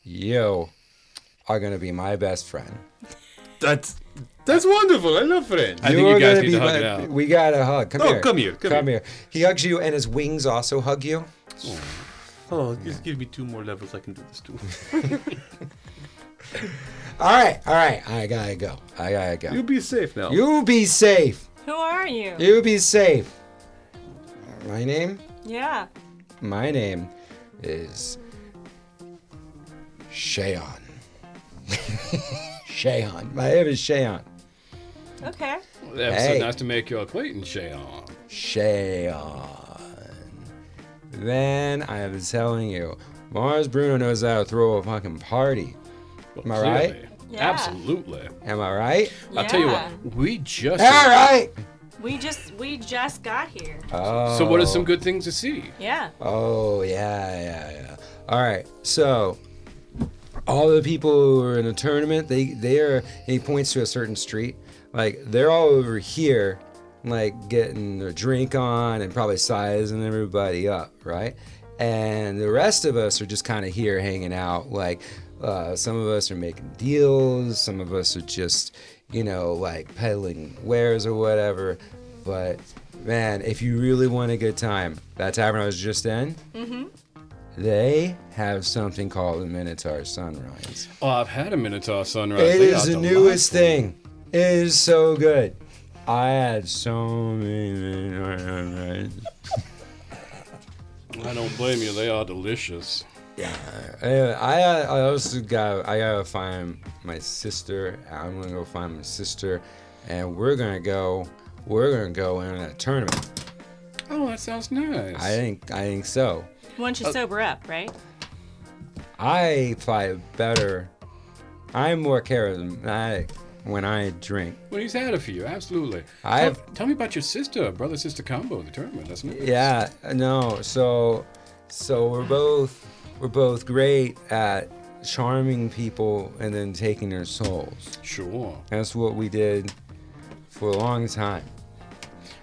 [SPEAKER 7] you are gonna be my best friend.
[SPEAKER 8] That's that's wonderful. I love friends.
[SPEAKER 6] I think
[SPEAKER 7] You're
[SPEAKER 6] you guys
[SPEAKER 7] gonna
[SPEAKER 6] need to
[SPEAKER 7] be
[SPEAKER 6] hug it
[SPEAKER 7] my-
[SPEAKER 6] out.
[SPEAKER 7] We got to hug. Come
[SPEAKER 8] Oh,
[SPEAKER 7] here,
[SPEAKER 8] come here, come here.
[SPEAKER 7] He hugs you, and his wings also hug you.
[SPEAKER 8] Oh, just give me two more levels. I can do this too.
[SPEAKER 7] All right, all right, I gotta go. I gotta go.
[SPEAKER 8] You'll be safe now.
[SPEAKER 7] You be safe.
[SPEAKER 4] Who are you?
[SPEAKER 7] You be safe. My name?
[SPEAKER 4] Yeah.
[SPEAKER 7] My name is Shayon. Shayon. My name is Shayon.
[SPEAKER 4] Okay.
[SPEAKER 6] That's
[SPEAKER 7] Hey.
[SPEAKER 6] so nice to make your acquaintance, Shayon.
[SPEAKER 7] Shayon. Then I was telling you, Mars Bruno knows how to throw a fucking party.
[SPEAKER 6] Well,
[SPEAKER 7] Am I right?
[SPEAKER 6] clearly.
[SPEAKER 4] Yeah.
[SPEAKER 6] Absolutely.
[SPEAKER 7] Am I right?
[SPEAKER 6] I'll tell you
[SPEAKER 4] Yeah.
[SPEAKER 6] what, we just.
[SPEAKER 7] All right.
[SPEAKER 4] We just we just got here.
[SPEAKER 7] Oh.
[SPEAKER 6] So, what are some good things to see?
[SPEAKER 4] Yeah.
[SPEAKER 7] Oh yeah, yeah, yeah. All right. So all the people who are in the tournament, they they are. He points to a certain street. Like they're all over here, like getting their drink on and probably sizing everybody up, right? And the rest of us are just kind of here hanging out. Like uh, some of us are making deals. Some of us are just, you know, like peddling wares or whatever. But man, if you really want a good time, that tavern I was just in, they have something called the Minotaur Sunrise.
[SPEAKER 6] Oh, I've had a Minotaur sunrise.
[SPEAKER 7] it
[SPEAKER 6] They
[SPEAKER 7] is
[SPEAKER 6] are
[SPEAKER 7] the newest
[SPEAKER 6] delightful.
[SPEAKER 7] thing. It is so good. I had so many Minotaur Sunrises.
[SPEAKER 6] I don't blame you. They are delicious.
[SPEAKER 7] Anyway, I uh, I also got I gotta find my sister. I'm gonna go find my sister, and we're gonna go. We're gonna go in a tournament.
[SPEAKER 6] Oh, that sounds nice.
[SPEAKER 7] I think I think so.
[SPEAKER 4] Once
[SPEAKER 7] uh,
[SPEAKER 4] you sober up, right?
[SPEAKER 7] I fight better. I'm more charismatic when I drink.
[SPEAKER 6] Well, he's had a few, absolutely.
[SPEAKER 7] I
[SPEAKER 6] tell,
[SPEAKER 7] have-
[SPEAKER 6] tell me about your sister, brother sister combo in the tournament, doesn't it?
[SPEAKER 7] Yeah, no. So, so we're both we're both great at charming people and then taking their souls.
[SPEAKER 6] Sure.
[SPEAKER 7] That's what we did for a long time.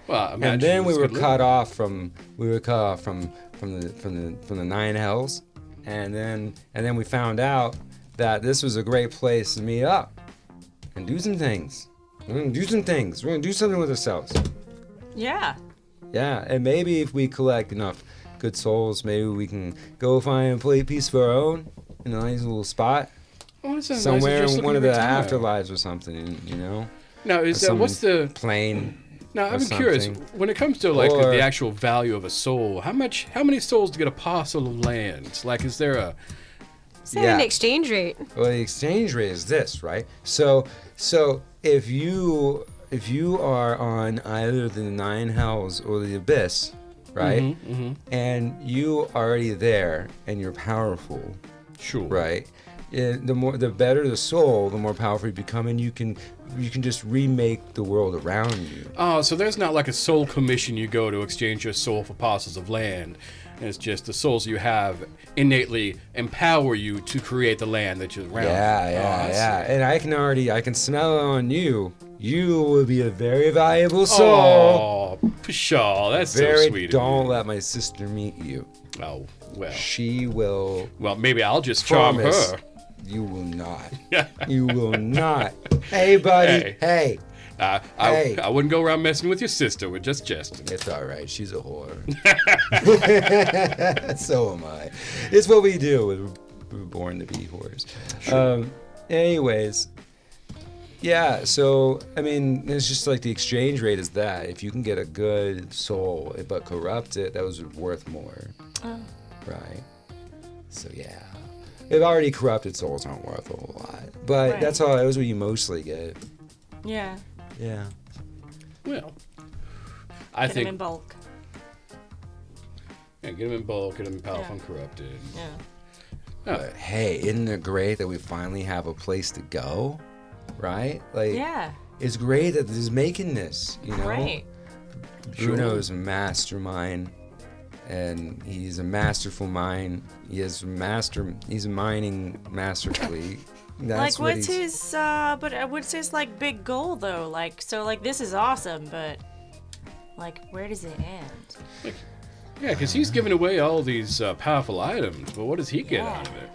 [SPEAKER 6] Well, I imagine
[SPEAKER 7] and then we
[SPEAKER 6] it's
[SPEAKER 7] were
[SPEAKER 6] good
[SPEAKER 7] cut
[SPEAKER 6] living.
[SPEAKER 7] off from we were cut off from from the from the from the nine hells and then and then we found out that this was a great place to meet up and do some things We're gonna do some things. We're gonna do something with ourselves.
[SPEAKER 4] Yeah.
[SPEAKER 7] Yeah, and maybe if we collect enough good souls, maybe we can go find a play piece of our own in a nice little spot
[SPEAKER 6] Oh,
[SPEAKER 7] somewhere in one of the afterlives or something. You know,
[SPEAKER 6] Now, is that what's the
[SPEAKER 7] plane?
[SPEAKER 6] now?
[SPEAKER 7] or
[SPEAKER 6] I'm curious.
[SPEAKER 7] something.
[SPEAKER 6] When it comes to like
[SPEAKER 7] Or-
[SPEAKER 6] the actual value of a soul, how much? How many souls to get a parcel of land? Like, is there a
[SPEAKER 5] Is there
[SPEAKER 7] Yeah.
[SPEAKER 5] an exchange rate?
[SPEAKER 7] Well, the exchange rate is this, right? So, so if you if you are on either the nine hells or the abyss, right,
[SPEAKER 6] Mm-hmm,
[SPEAKER 7] and you already there and you're powerful,
[SPEAKER 6] sure?
[SPEAKER 7] right? Yeah, the more, the better the soul, the more powerful you become, and you can you can just remake the world around you.
[SPEAKER 6] Oh, so there's not like a soul commission you go to exchange your soul for parcels of land. It's just the souls you have innately empower you to create the land that you're around. Oh,
[SPEAKER 7] Yeah, yeah, yeah. And I can already, I can smell it on you. You will be a very valuable soul.
[SPEAKER 6] Oh, pshaw, that's
[SPEAKER 7] very.
[SPEAKER 6] so sweet. of
[SPEAKER 7] don't
[SPEAKER 6] you.
[SPEAKER 7] let my sister meet you.
[SPEAKER 6] Oh, well.
[SPEAKER 7] She will
[SPEAKER 6] Well, maybe I'll just charm
[SPEAKER 7] promise.
[SPEAKER 6] her.
[SPEAKER 7] You will not. you will not. Hey,
[SPEAKER 6] Hey.
[SPEAKER 7] buddy. Hey.
[SPEAKER 6] Uh, I,
[SPEAKER 7] Hey.
[SPEAKER 6] I wouldn't go around messing with your sister. We're just jesting.
[SPEAKER 7] It's all right. She's a whore. so am I. It's what we do. We were- We were born to be whores. Um, anyways, yeah. So I mean, it's just like the exchange rate is that if you can get a good soul but corrupt it, that was worth more. Right. So yeah. If already corrupted souls aren't worth a whole lot, but
[SPEAKER 4] Right.
[SPEAKER 7] that's all. That was what you mostly get.
[SPEAKER 4] Yeah.
[SPEAKER 7] Yeah.
[SPEAKER 6] Well, I
[SPEAKER 4] Get
[SPEAKER 6] think.
[SPEAKER 4] them in bulk.
[SPEAKER 6] yeah, get him in bulk, get him powerful
[SPEAKER 4] Yeah.
[SPEAKER 6] and corrupted.
[SPEAKER 4] Yeah.
[SPEAKER 7] But hey, isn't it great that we finally have a place to go? Right? Like,
[SPEAKER 4] Yeah.
[SPEAKER 7] it's great that he's making this, you know?
[SPEAKER 4] Right.
[SPEAKER 7] Bruno's a mastermind, and he's a masterful mind. He is master, he's mining masterfully.
[SPEAKER 4] like,
[SPEAKER 7] That's what
[SPEAKER 4] what's
[SPEAKER 7] he's,
[SPEAKER 4] his? uh But uh, what's his like big goal though? Like, so like this is awesome, but like, where does it end?
[SPEAKER 6] Yeah, because he's giving away all these uh, powerful items, but what does he get
[SPEAKER 4] Yeah.
[SPEAKER 6] out of it?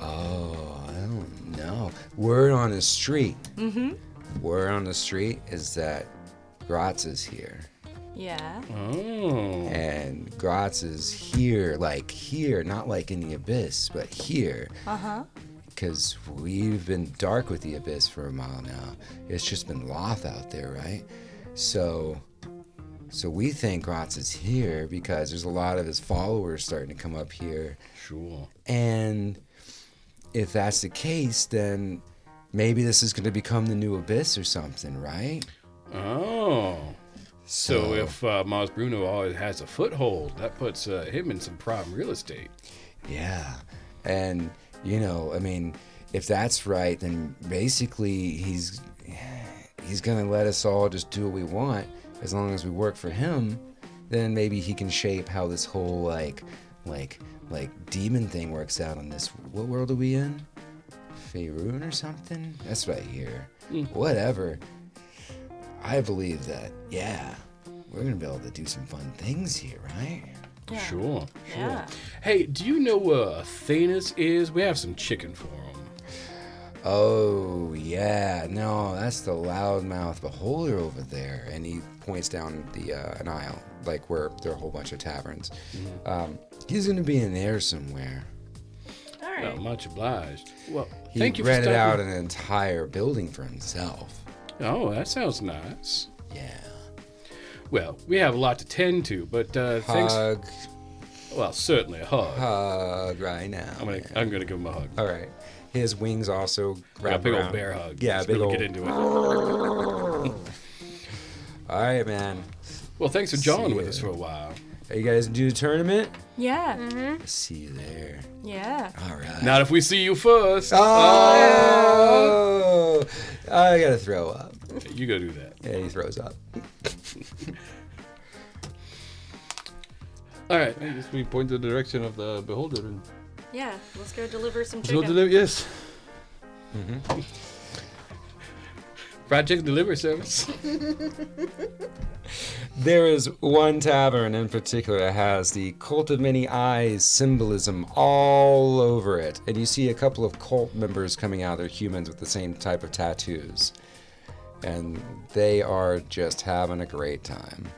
[SPEAKER 7] Oh, I don't know. Word on the street. Mm-hmm. Word on the street is that Gratz is here.
[SPEAKER 4] Yeah.
[SPEAKER 6] Oh.
[SPEAKER 7] and Gratz is here, like here, not like in the abyss, but here. Uh huh. Because we've been dark with the abyss for a while now. It's just been loth out there, right? So, so we think Gratz is here because there's a lot of his followers starting to come up here.
[SPEAKER 6] Sure.
[SPEAKER 7] And if that's the case, then maybe this is going to become the new abyss or something, right?
[SPEAKER 6] Oh. So if uh, Mars Bruno always has a foothold, that puts uh, him in some prime real estate.
[SPEAKER 7] Yeah. And, you know, I mean, if that's right, then basically he's he's going to let us all just do what we want as long as we work for him. Then maybe he can shape how this whole like like like demon thing works out on this what world are we in? Faerun or something? That's what I hear. Whatever. I believe that. Yeah. We're going to be able to do some fun things here, right?
[SPEAKER 4] Yeah.
[SPEAKER 6] Sure.
[SPEAKER 4] Yeah.
[SPEAKER 6] Hey, do you know where Athanas is? We have some chicken for him.
[SPEAKER 7] Oh yeah, no, that's the loudmouth beholder over there, and he points down the uh, an aisle, like where there are a whole bunch of taverns.
[SPEAKER 6] Mm-hmm.
[SPEAKER 7] Um, he's gonna be in there somewhere.
[SPEAKER 4] All right.
[SPEAKER 6] Well, much obliged. Well,
[SPEAKER 7] He
[SPEAKER 6] thank you for
[SPEAKER 7] rented
[SPEAKER 6] stopping-
[SPEAKER 7] out an entire building for himself.
[SPEAKER 6] Oh, that sounds nice.
[SPEAKER 7] Yeah.
[SPEAKER 6] Well, we have a lot to tend to, but uh, thanks.
[SPEAKER 7] Hug,
[SPEAKER 6] Well, certainly a hug.
[SPEAKER 7] hug right now.
[SPEAKER 6] I'm gonna, I'm gonna give him a hug.
[SPEAKER 7] All right. His wings also
[SPEAKER 6] Yeah,
[SPEAKER 7] wrap
[SPEAKER 6] big
[SPEAKER 7] around.
[SPEAKER 6] old bear hug.
[SPEAKER 7] Yeah,
[SPEAKER 6] Let's
[SPEAKER 7] big
[SPEAKER 6] really
[SPEAKER 7] old.
[SPEAKER 6] get into it.
[SPEAKER 7] All right, man.
[SPEAKER 6] Well, thanks for jawing with
[SPEAKER 7] ya.
[SPEAKER 6] us for a while.
[SPEAKER 7] Are you guys do the tournament?
[SPEAKER 4] Yeah.
[SPEAKER 7] See you there.
[SPEAKER 4] Yeah.
[SPEAKER 7] All right.
[SPEAKER 6] Not if we see you first.
[SPEAKER 7] Ah. Oh, I gotta throw up.
[SPEAKER 6] You go do that.
[SPEAKER 7] Yeah, he throws up.
[SPEAKER 6] All right.
[SPEAKER 3] I guess we point the direction of the beholder. And
[SPEAKER 4] Yeah. Let's go deliver some
[SPEAKER 3] There's no
[SPEAKER 4] chicken.
[SPEAKER 3] deli- yes.
[SPEAKER 6] Fried chicken delivery service.
[SPEAKER 7] There is one tavern in particular that has the cult of many eyes symbolism all over it, and you see a couple of cult members coming out. They're humans with the same type of tattoos, and they are just having a great time.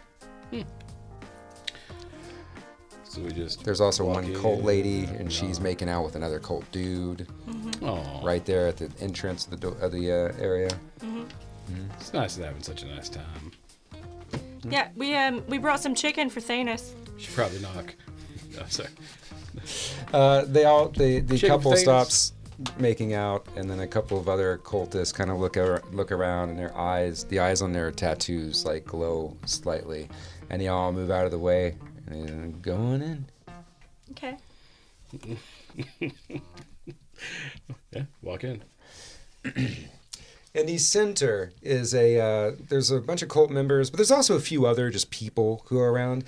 [SPEAKER 6] So we just
[SPEAKER 7] There's also one
[SPEAKER 6] Walking.
[SPEAKER 7] cult lady, and she's making out with another cult dude
[SPEAKER 6] oh,
[SPEAKER 7] right there at the entrance of the do- of the uh, area.
[SPEAKER 6] it's nice that having such a nice time.
[SPEAKER 4] Yeah, we um we brought some chicken for Thanos.
[SPEAKER 6] Should probably knock. I'm sorry.
[SPEAKER 7] Uh, they all the the
[SPEAKER 6] Chicken
[SPEAKER 7] couple
[SPEAKER 6] potatoes.
[SPEAKER 7] stops making out, and then a couple of other cultists kind of look ar- look around, and their eyes the eyes on their tattoos like glow slightly, and they all move out of the way and they're going in.
[SPEAKER 4] Okay.
[SPEAKER 6] Yeah, walk in.
[SPEAKER 7] In the center is a uh, there's a bunch of cult members, but there's also a few other just people who are around.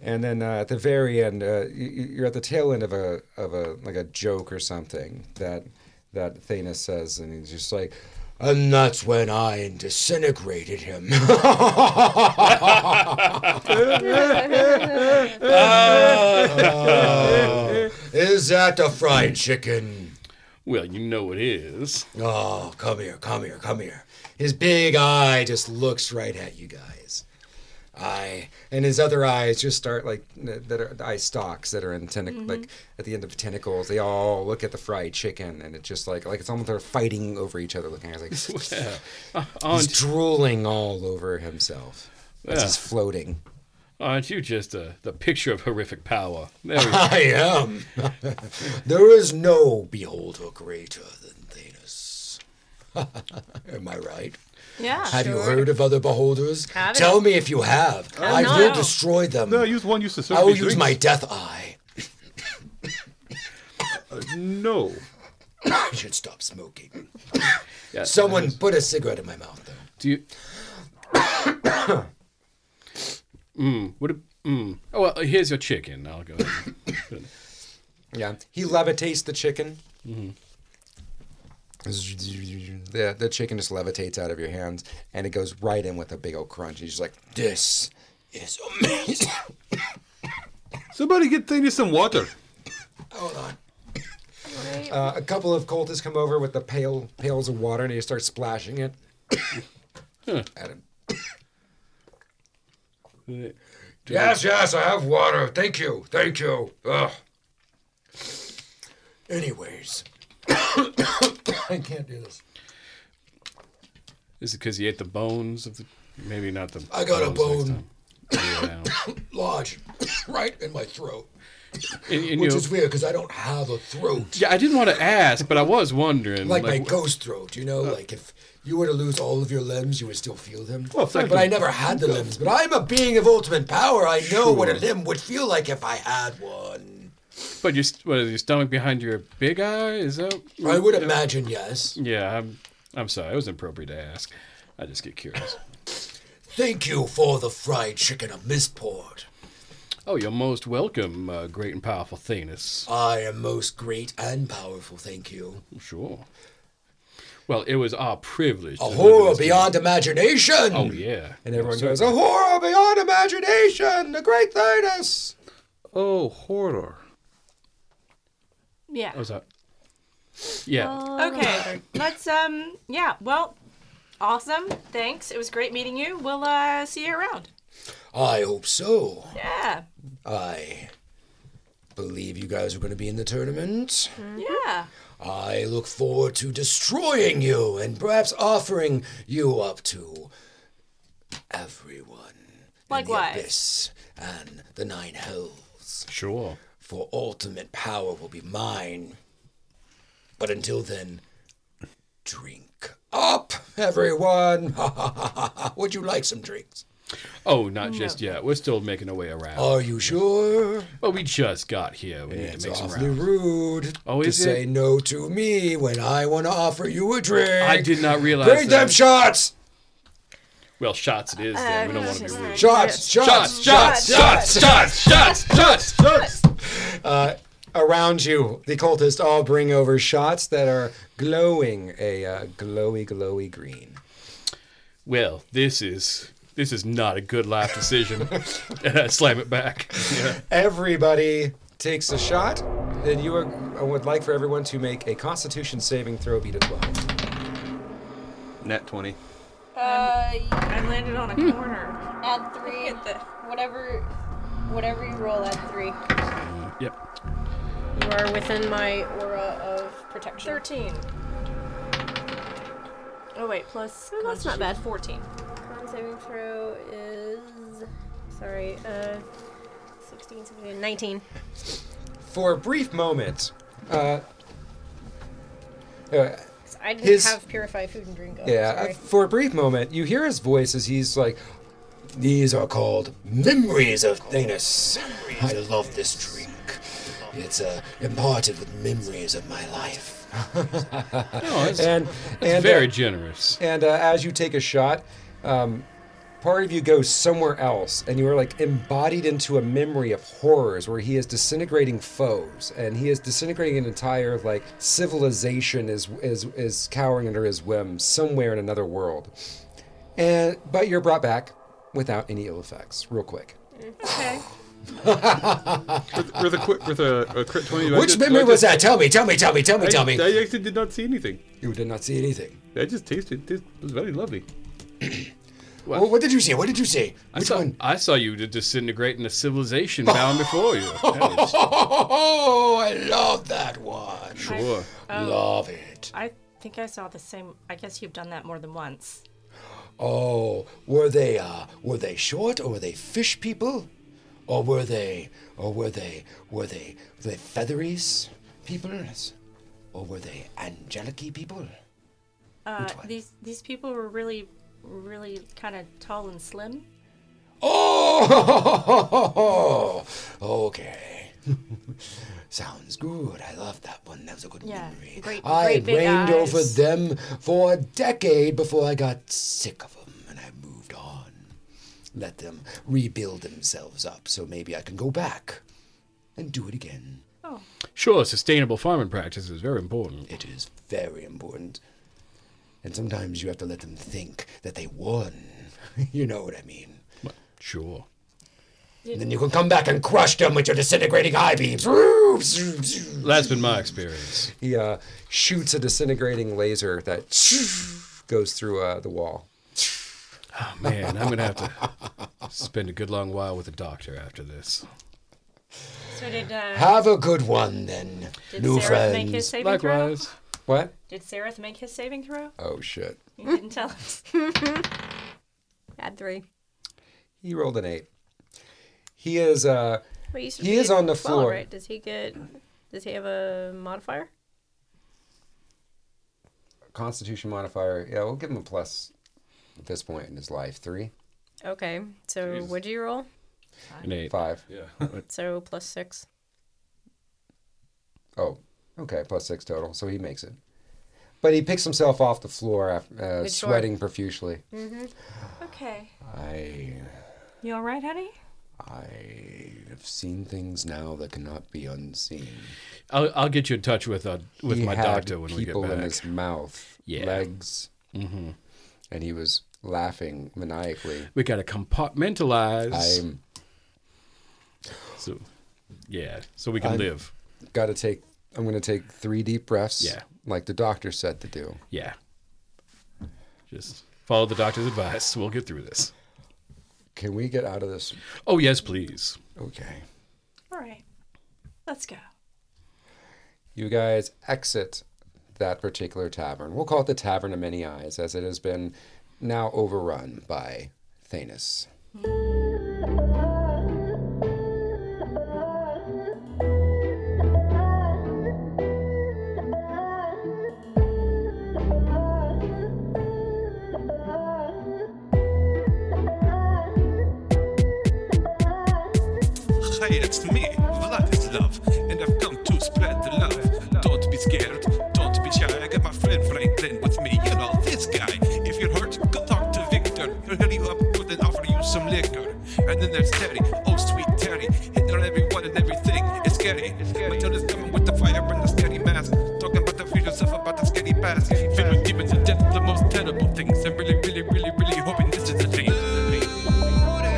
[SPEAKER 7] And then uh, at the very end, uh, you, you're at the tail end of a of a like a joke or something that that Thanos says, and he's just like,
[SPEAKER 9] And that's when I disintegrated him. Is that the fried chicken?
[SPEAKER 6] Well, you know it is.
[SPEAKER 9] Oh, come here, come here, come here. His big eye just looks right at you guys. I
[SPEAKER 7] and his other eyes just start like that are the eye stalks that are in tentac-
[SPEAKER 6] Mm-hmm.
[SPEAKER 7] like at the end of tentacles. They all look at the fried chicken, and it's just like like it's almost they're fighting over each other, looking at it, like
[SPEAKER 6] Yeah. Uh,
[SPEAKER 7] he's
[SPEAKER 6] aren't,
[SPEAKER 7] drooling all over himself. As
[SPEAKER 6] Yeah.
[SPEAKER 7] he's floating.
[SPEAKER 6] aren't you just uh, the picture of horrific power? There we
[SPEAKER 9] I am. there is no beholder greater than Thanos. am I right?
[SPEAKER 4] Yeah.
[SPEAKER 9] Have you heard of other beholders?
[SPEAKER 5] Haven't.
[SPEAKER 9] Tell me if you have. I
[SPEAKER 5] no.
[SPEAKER 9] will destroy them.
[SPEAKER 8] No, use Uh, one use to serve
[SPEAKER 9] I will
[SPEAKER 8] these
[SPEAKER 9] use
[SPEAKER 8] drinks.
[SPEAKER 9] my death eye.
[SPEAKER 8] No.
[SPEAKER 9] I should stop smoking.
[SPEAKER 6] Yeah.
[SPEAKER 9] Someone put a cigarette in my mouth, though.
[SPEAKER 6] Do you? mm, what? A, mm. Oh well, here's your chicken. I'll go. Ahead. and-
[SPEAKER 7] Yeah, he levitates the chicken.
[SPEAKER 9] Mm-hmm.
[SPEAKER 7] The the chicken just levitates out of your hands, and it goes right in with a big old crunch. He's just like,
[SPEAKER 9] This is amazing.
[SPEAKER 8] Somebody get Thanos some water.
[SPEAKER 9] Hold on.
[SPEAKER 7] uh, a couple of cultists come over with the pail pails of water, and they start splashing it at him.
[SPEAKER 9] Yes, yes, I have water. Thank you. Thank you. Ugh. Anyways, I can't do this.
[SPEAKER 6] Is it because he ate the bones of the? Maybe not the.
[SPEAKER 9] I got a
[SPEAKER 6] bones
[SPEAKER 9] bone.
[SPEAKER 6] next time. Yeah,
[SPEAKER 9] Lodge right in my throat,
[SPEAKER 6] now. And- and, you
[SPEAKER 9] which
[SPEAKER 6] know,
[SPEAKER 9] is weird because I don't have a throat
[SPEAKER 6] yeah, I didn't want to ask, but I was wondering.
[SPEAKER 9] like, my
[SPEAKER 6] like, uh,
[SPEAKER 9] ghost throat. You know, like if you were to lose all of your limbs, you would still feel them.
[SPEAKER 6] Well, thank
[SPEAKER 9] but
[SPEAKER 6] you.
[SPEAKER 9] I never had the limbs. But I'm a being of ultimate power. I know what a limb would feel like if I had one.
[SPEAKER 6] But your st- what is your stomach behind your big eye? Is that?
[SPEAKER 9] I would imagine yes.
[SPEAKER 6] Yeah, I'm. I'm sorry. It was inappropriate to ask. I just get curious.
[SPEAKER 9] Thank you for the fried chicken of Misport.
[SPEAKER 6] Oh, you're most welcome, uh, great and powerful Thanos.
[SPEAKER 9] I am most great and powerful, thank you.
[SPEAKER 6] Sure. Well, it was our privilege.
[SPEAKER 9] A
[SPEAKER 6] to live in
[SPEAKER 9] horror
[SPEAKER 6] this
[SPEAKER 9] beyond imagination!
[SPEAKER 6] Oh yeah.
[SPEAKER 7] And everyone goes, "A horror beyond imagination! The great Thanos!"
[SPEAKER 8] Oh, horror.
[SPEAKER 4] Yeah.
[SPEAKER 6] What was that? Yeah.
[SPEAKER 4] Okay. Let's um yeah, well, awesome. Thanks. It was great meeting you. We'll uh see you around.
[SPEAKER 9] I hope so.
[SPEAKER 4] Yeah.
[SPEAKER 9] I believe you guys are going to be in the tournament.
[SPEAKER 4] Yeah.
[SPEAKER 9] I look forward to destroying you and perhaps offering you up to everyone.
[SPEAKER 4] Likewise.
[SPEAKER 9] In the abyss and the nine hells.
[SPEAKER 6] sure.
[SPEAKER 9] For ultimate power will be mine. But until then, drink up, everyone. Would you like some drinks?
[SPEAKER 6] Oh, not just yet. We're still making our way around.
[SPEAKER 9] Are you sure?
[SPEAKER 6] but we just got here. We
[SPEAKER 9] Oh.
[SPEAKER 6] need
[SPEAKER 9] It's
[SPEAKER 6] to make some
[SPEAKER 9] awfully
[SPEAKER 6] rounds.
[SPEAKER 9] rude
[SPEAKER 6] Oh,
[SPEAKER 9] to
[SPEAKER 6] is it?
[SPEAKER 9] say no to me when I want to offer you a drink.
[SPEAKER 6] I did not realize.
[SPEAKER 9] Bring them
[SPEAKER 6] that.
[SPEAKER 9] shots!
[SPEAKER 6] well, shots it is. Then. we don't want to be rude.
[SPEAKER 9] Shots! Shots! Shots! Shots!
[SPEAKER 6] Shots! Shots! Shots! Shots!
[SPEAKER 7] Uh, Around you, the cultists all bring over shots that are glowing a uh, glowy, glowy green.
[SPEAKER 6] Well, this is this is not a good life decision. and I slam it back. Yeah.
[SPEAKER 7] Everybody takes a shot. Then you are, I would like for everyone to make a Constitution saving throw, beat a twelve.
[SPEAKER 8] Net 20.
[SPEAKER 4] Uh, you
[SPEAKER 10] I landed on a corner.
[SPEAKER 4] add three. Whatever, whatever you roll, add three.
[SPEAKER 6] Yep.
[SPEAKER 5] You are within my aura of protection.
[SPEAKER 4] Thirteen. Oh wait, plus
[SPEAKER 5] Oh, that's not bad.
[SPEAKER 4] Fourteen.
[SPEAKER 5] Con saving throw is. Sorry, uh. 16, 17, 19.
[SPEAKER 1] For a brief moment, uh, uh,
[SPEAKER 5] 'Cause I didn't
[SPEAKER 1] His-
[SPEAKER 5] have purify food and drink. Oh,
[SPEAKER 1] yeah,
[SPEAKER 5] sorry.
[SPEAKER 1] uh, for a brief moment, you hear his voice as he's like,
[SPEAKER 7] These are called memories of Thanos. I love this drink. It's uh, imparted with memories of my life.
[SPEAKER 6] No, Oh, it's,
[SPEAKER 1] and and uh,
[SPEAKER 6] very generous.
[SPEAKER 1] and uh, as you take a shot, um, part of you goes somewhere else, and you are like embodied into a memory of horrors where he is disintegrating foes, and he is disintegrating an entire like civilization is is is cowering under his whim somewhere in another world, and but you're brought back without any ill effects, real quick.
[SPEAKER 10] Okay.
[SPEAKER 8] With a quick, with a, a crit twenty. do I
[SPEAKER 7] Which
[SPEAKER 8] just- do I
[SPEAKER 7] memory was
[SPEAKER 8] just-
[SPEAKER 7] that? Tell me, tell me, tell me, tell me, tell me.
[SPEAKER 8] I, I actually did not see anything.
[SPEAKER 1] You did not see anything.
[SPEAKER 8] I just tasted. It was very lovely.
[SPEAKER 7] Well, what did you see? What did you see?
[SPEAKER 6] I saw, I saw you to disintegrate in a civilization bound before you. That is-
[SPEAKER 7] Oh, I love that one.
[SPEAKER 6] sure.
[SPEAKER 7] Love it.
[SPEAKER 4] I think I saw the same. I guess you've done that more than once.
[SPEAKER 7] Oh, were they uh were they short or were they fish people? Or were they or were they were they were they featheries people? Or were they angelic people?
[SPEAKER 4] Uh, these these people were really, really kind of tall and slim.
[SPEAKER 7] Oh, okay. Sounds good. I love that one. That was a good
[SPEAKER 4] Yeah,
[SPEAKER 7] memory.
[SPEAKER 4] great-
[SPEAKER 7] I
[SPEAKER 4] great big
[SPEAKER 7] reigned over
[SPEAKER 4] eyes.
[SPEAKER 7] them for a decade before I got sick of them and I moved on. Let them rebuild themselves up so maybe I can go back and do it again.
[SPEAKER 6] Sure, sustainable farming practice is very important.
[SPEAKER 7] It is very important. And sometimes you have to let them think that they won. you know what I mean.
[SPEAKER 6] Sure.
[SPEAKER 7] And then you can come back and crush them with your disintegrating eye beams. Woo! Zoom, zoom.
[SPEAKER 6] That's been my experience.
[SPEAKER 1] He uh, shoots a disintegrating laser that goes through uh, the wall.
[SPEAKER 6] Oh, man, I'm going to have to spend a good long while with the doctor after this.
[SPEAKER 4] So did uh,
[SPEAKER 7] Have a good one then,
[SPEAKER 4] did
[SPEAKER 7] new
[SPEAKER 4] Seraph make his
[SPEAKER 7] friends.
[SPEAKER 4] saving
[SPEAKER 6] Likewise.
[SPEAKER 1] What?
[SPEAKER 4] throw? Did Seraph make his saving throw?
[SPEAKER 7] Uh.
[SPEAKER 1] Oh shit!
[SPEAKER 4] You didn't tell us.
[SPEAKER 5] Add three.
[SPEAKER 1] He rolled an eight. He is uh,
[SPEAKER 5] Wait, you said
[SPEAKER 1] He
[SPEAKER 5] we
[SPEAKER 1] is
[SPEAKER 5] did
[SPEAKER 1] on the
[SPEAKER 5] 12,
[SPEAKER 1] floor.
[SPEAKER 5] Right? Does he get? Does he have a modifier?
[SPEAKER 1] Constitution modifier. Yeah, we'll give him a plus at this point in his life. Three,
[SPEAKER 5] Okay, so would you roll?
[SPEAKER 6] An eight.
[SPEAKER 1] five.
[SPEAKER 5] So plus six.
[SPEAKER 1] Oh, okay, plus six total. So he makes it. But he picks himself off the floor, af- uh,
[SPEAKER 5] Good sure.
[SPEAKER 1] sweating profusely.
[SPEAKER 4] Okay.
[SPEAKER 7] I
[SPEAKER 4] You all right, honey?
[SPEAKER 7] I have seen things now that cannot be unseen.
[SPEAKER 6] I'll, I'll get you in touch with uh, with
[SPEAKER 1] he
[SPEAKER 6] my
[SPEAKER 1] had
[SPEAKER 6] doctor when we get
[SPEAKER 1] people
[SPEAKER 6] back.
[SPEAKER 1] in his mouth,
[SPEAKER 6] Yeah. Mm-hmm.
[SPEAKER 1] legs, and he was laughing maniacally.
[SPEAKER 6] We got to compartmentalize.
[SPEAKER 1] I'm
[SPEAKER 6] So, yeah, so we can live.
[SPEAKER 1] got to take. I'm going to take three deep breaths.
[SPEAKER 6] Yeah.
[SPEAKER 1] like the doctor said to do.
[SPEAKER 6] Yeah. Just follow the doctor's advice. We'll get through this.
[SPEAKER 1] Can we get out of this?
[SPEAKER 6] Oh, yes, please.
[SPEAKER 1] Okay.
[SPEAKER 4] All right. Let's go.
[SPEAKER 1] you guys exit that particular tavern. We'll call it the Tavern of Many Eyes, as it has been now overrun by Thanos.
[SPEAKER 11] Hi, it's me, Vladislav, and I've come to spread the love. Don't be scared, don't be shy. I got my friend Franklin with me, you know, this guy. If you're hurt, go talk to Victor. He'll heal you up good and offer you some liquor. And then there's Terry, oh sweet Terry, hitting on everyone and everything. It's scary. Matilda's coming with the fire and the scary mask. Talking about the future stuff, about the scary past. Filled with demons and death, the most terrible things. I'm really, really, really, really hoping this is a dream. Love you.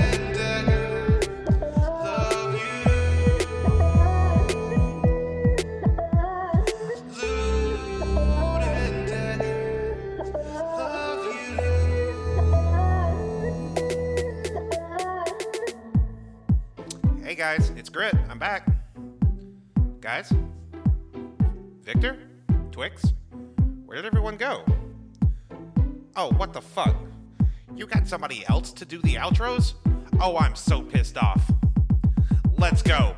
[SPEAKER 11] Hey guys, it's Grit. I'm back. Guys? Victor? Twix? Where did everyone go? Oh, what the fuck? You got somebody else to do the outros? Oh, I'm so pissed off. Let's go.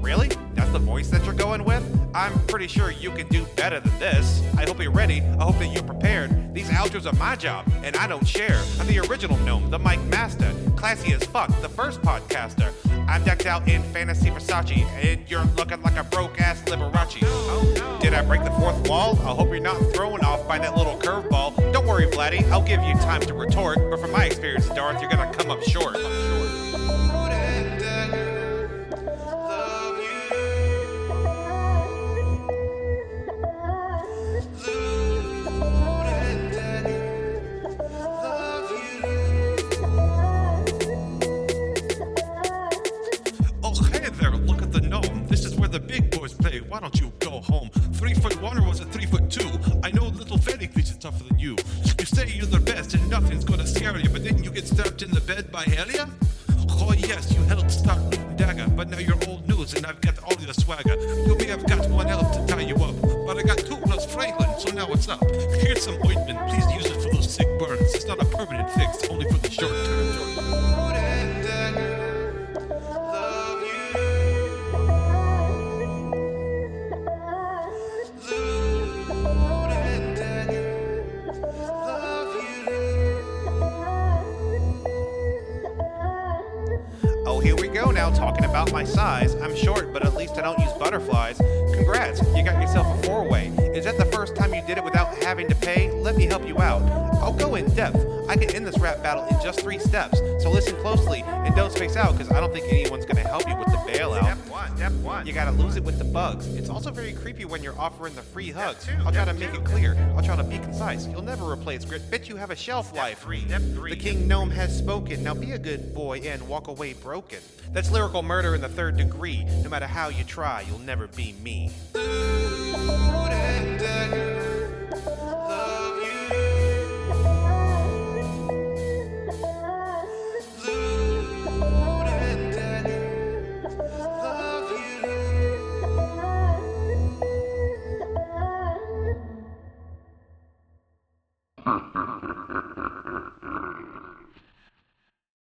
[SPEAKER 11] Really? That's the voice that you're going with? I'm pretty sure you can do better than this. I hope you're ready. I hope that you're prepared. These outros are my job, and I don't share. I'm the original gnome, the mic master, classy as fuck, the first podcaster. I'm decked out in fantasy Versace, and you're looking like a broke ass Liberace. Did I break the fourth wall? I hope you're not thrown off by that little curveball. Don't worry, Vladdy, I'll give you time to retort. But from my experience, Darth, you're gonna come up short.
[SPEAKER 12] Oh, hey there, look at the gnome. This is where the big boys play. Why don't you go home? Three foot one or was it three foot two? I know little Freddy thinks it's tougher than you. You say you're the best and nothing's gonna scare you, but then you get stabbed in the bed by Elia? Oh, yes, you helped stop Newton Dagger, but now you're old news and I've got all your swagger. You may have got one elf to tie you up, but I got two plus Franklin, so now it's up. Here's some ointment, please use it for those sick burns. It's not a permanent fix, only for the short term.
[SPEAKER 11] Oh, here we go now, talking about my size. I'm short, but at least I don't use butterflies. Congrats, you got yourself a four way. Is that the first time you did it without having to pay? Let me help you out. I'll go in depth. I can end this rap battle in just three steps. So listen closely and don't space out because I don't think anyone's going to help you with the bailout. Step one, step one. You got to lose it with the bugs. It's also very creepy when you're offering the free hugs. i I'll try to make it clear. I'll try to be concise. You'll never replace grit. Bet you have a shelf life. The king gnome has spoken. Now be a good boy and walk away broken. That's lyrical murder in the third degree. No matter how you try, you'll never be me.
[SPEAKER 12] Dagger.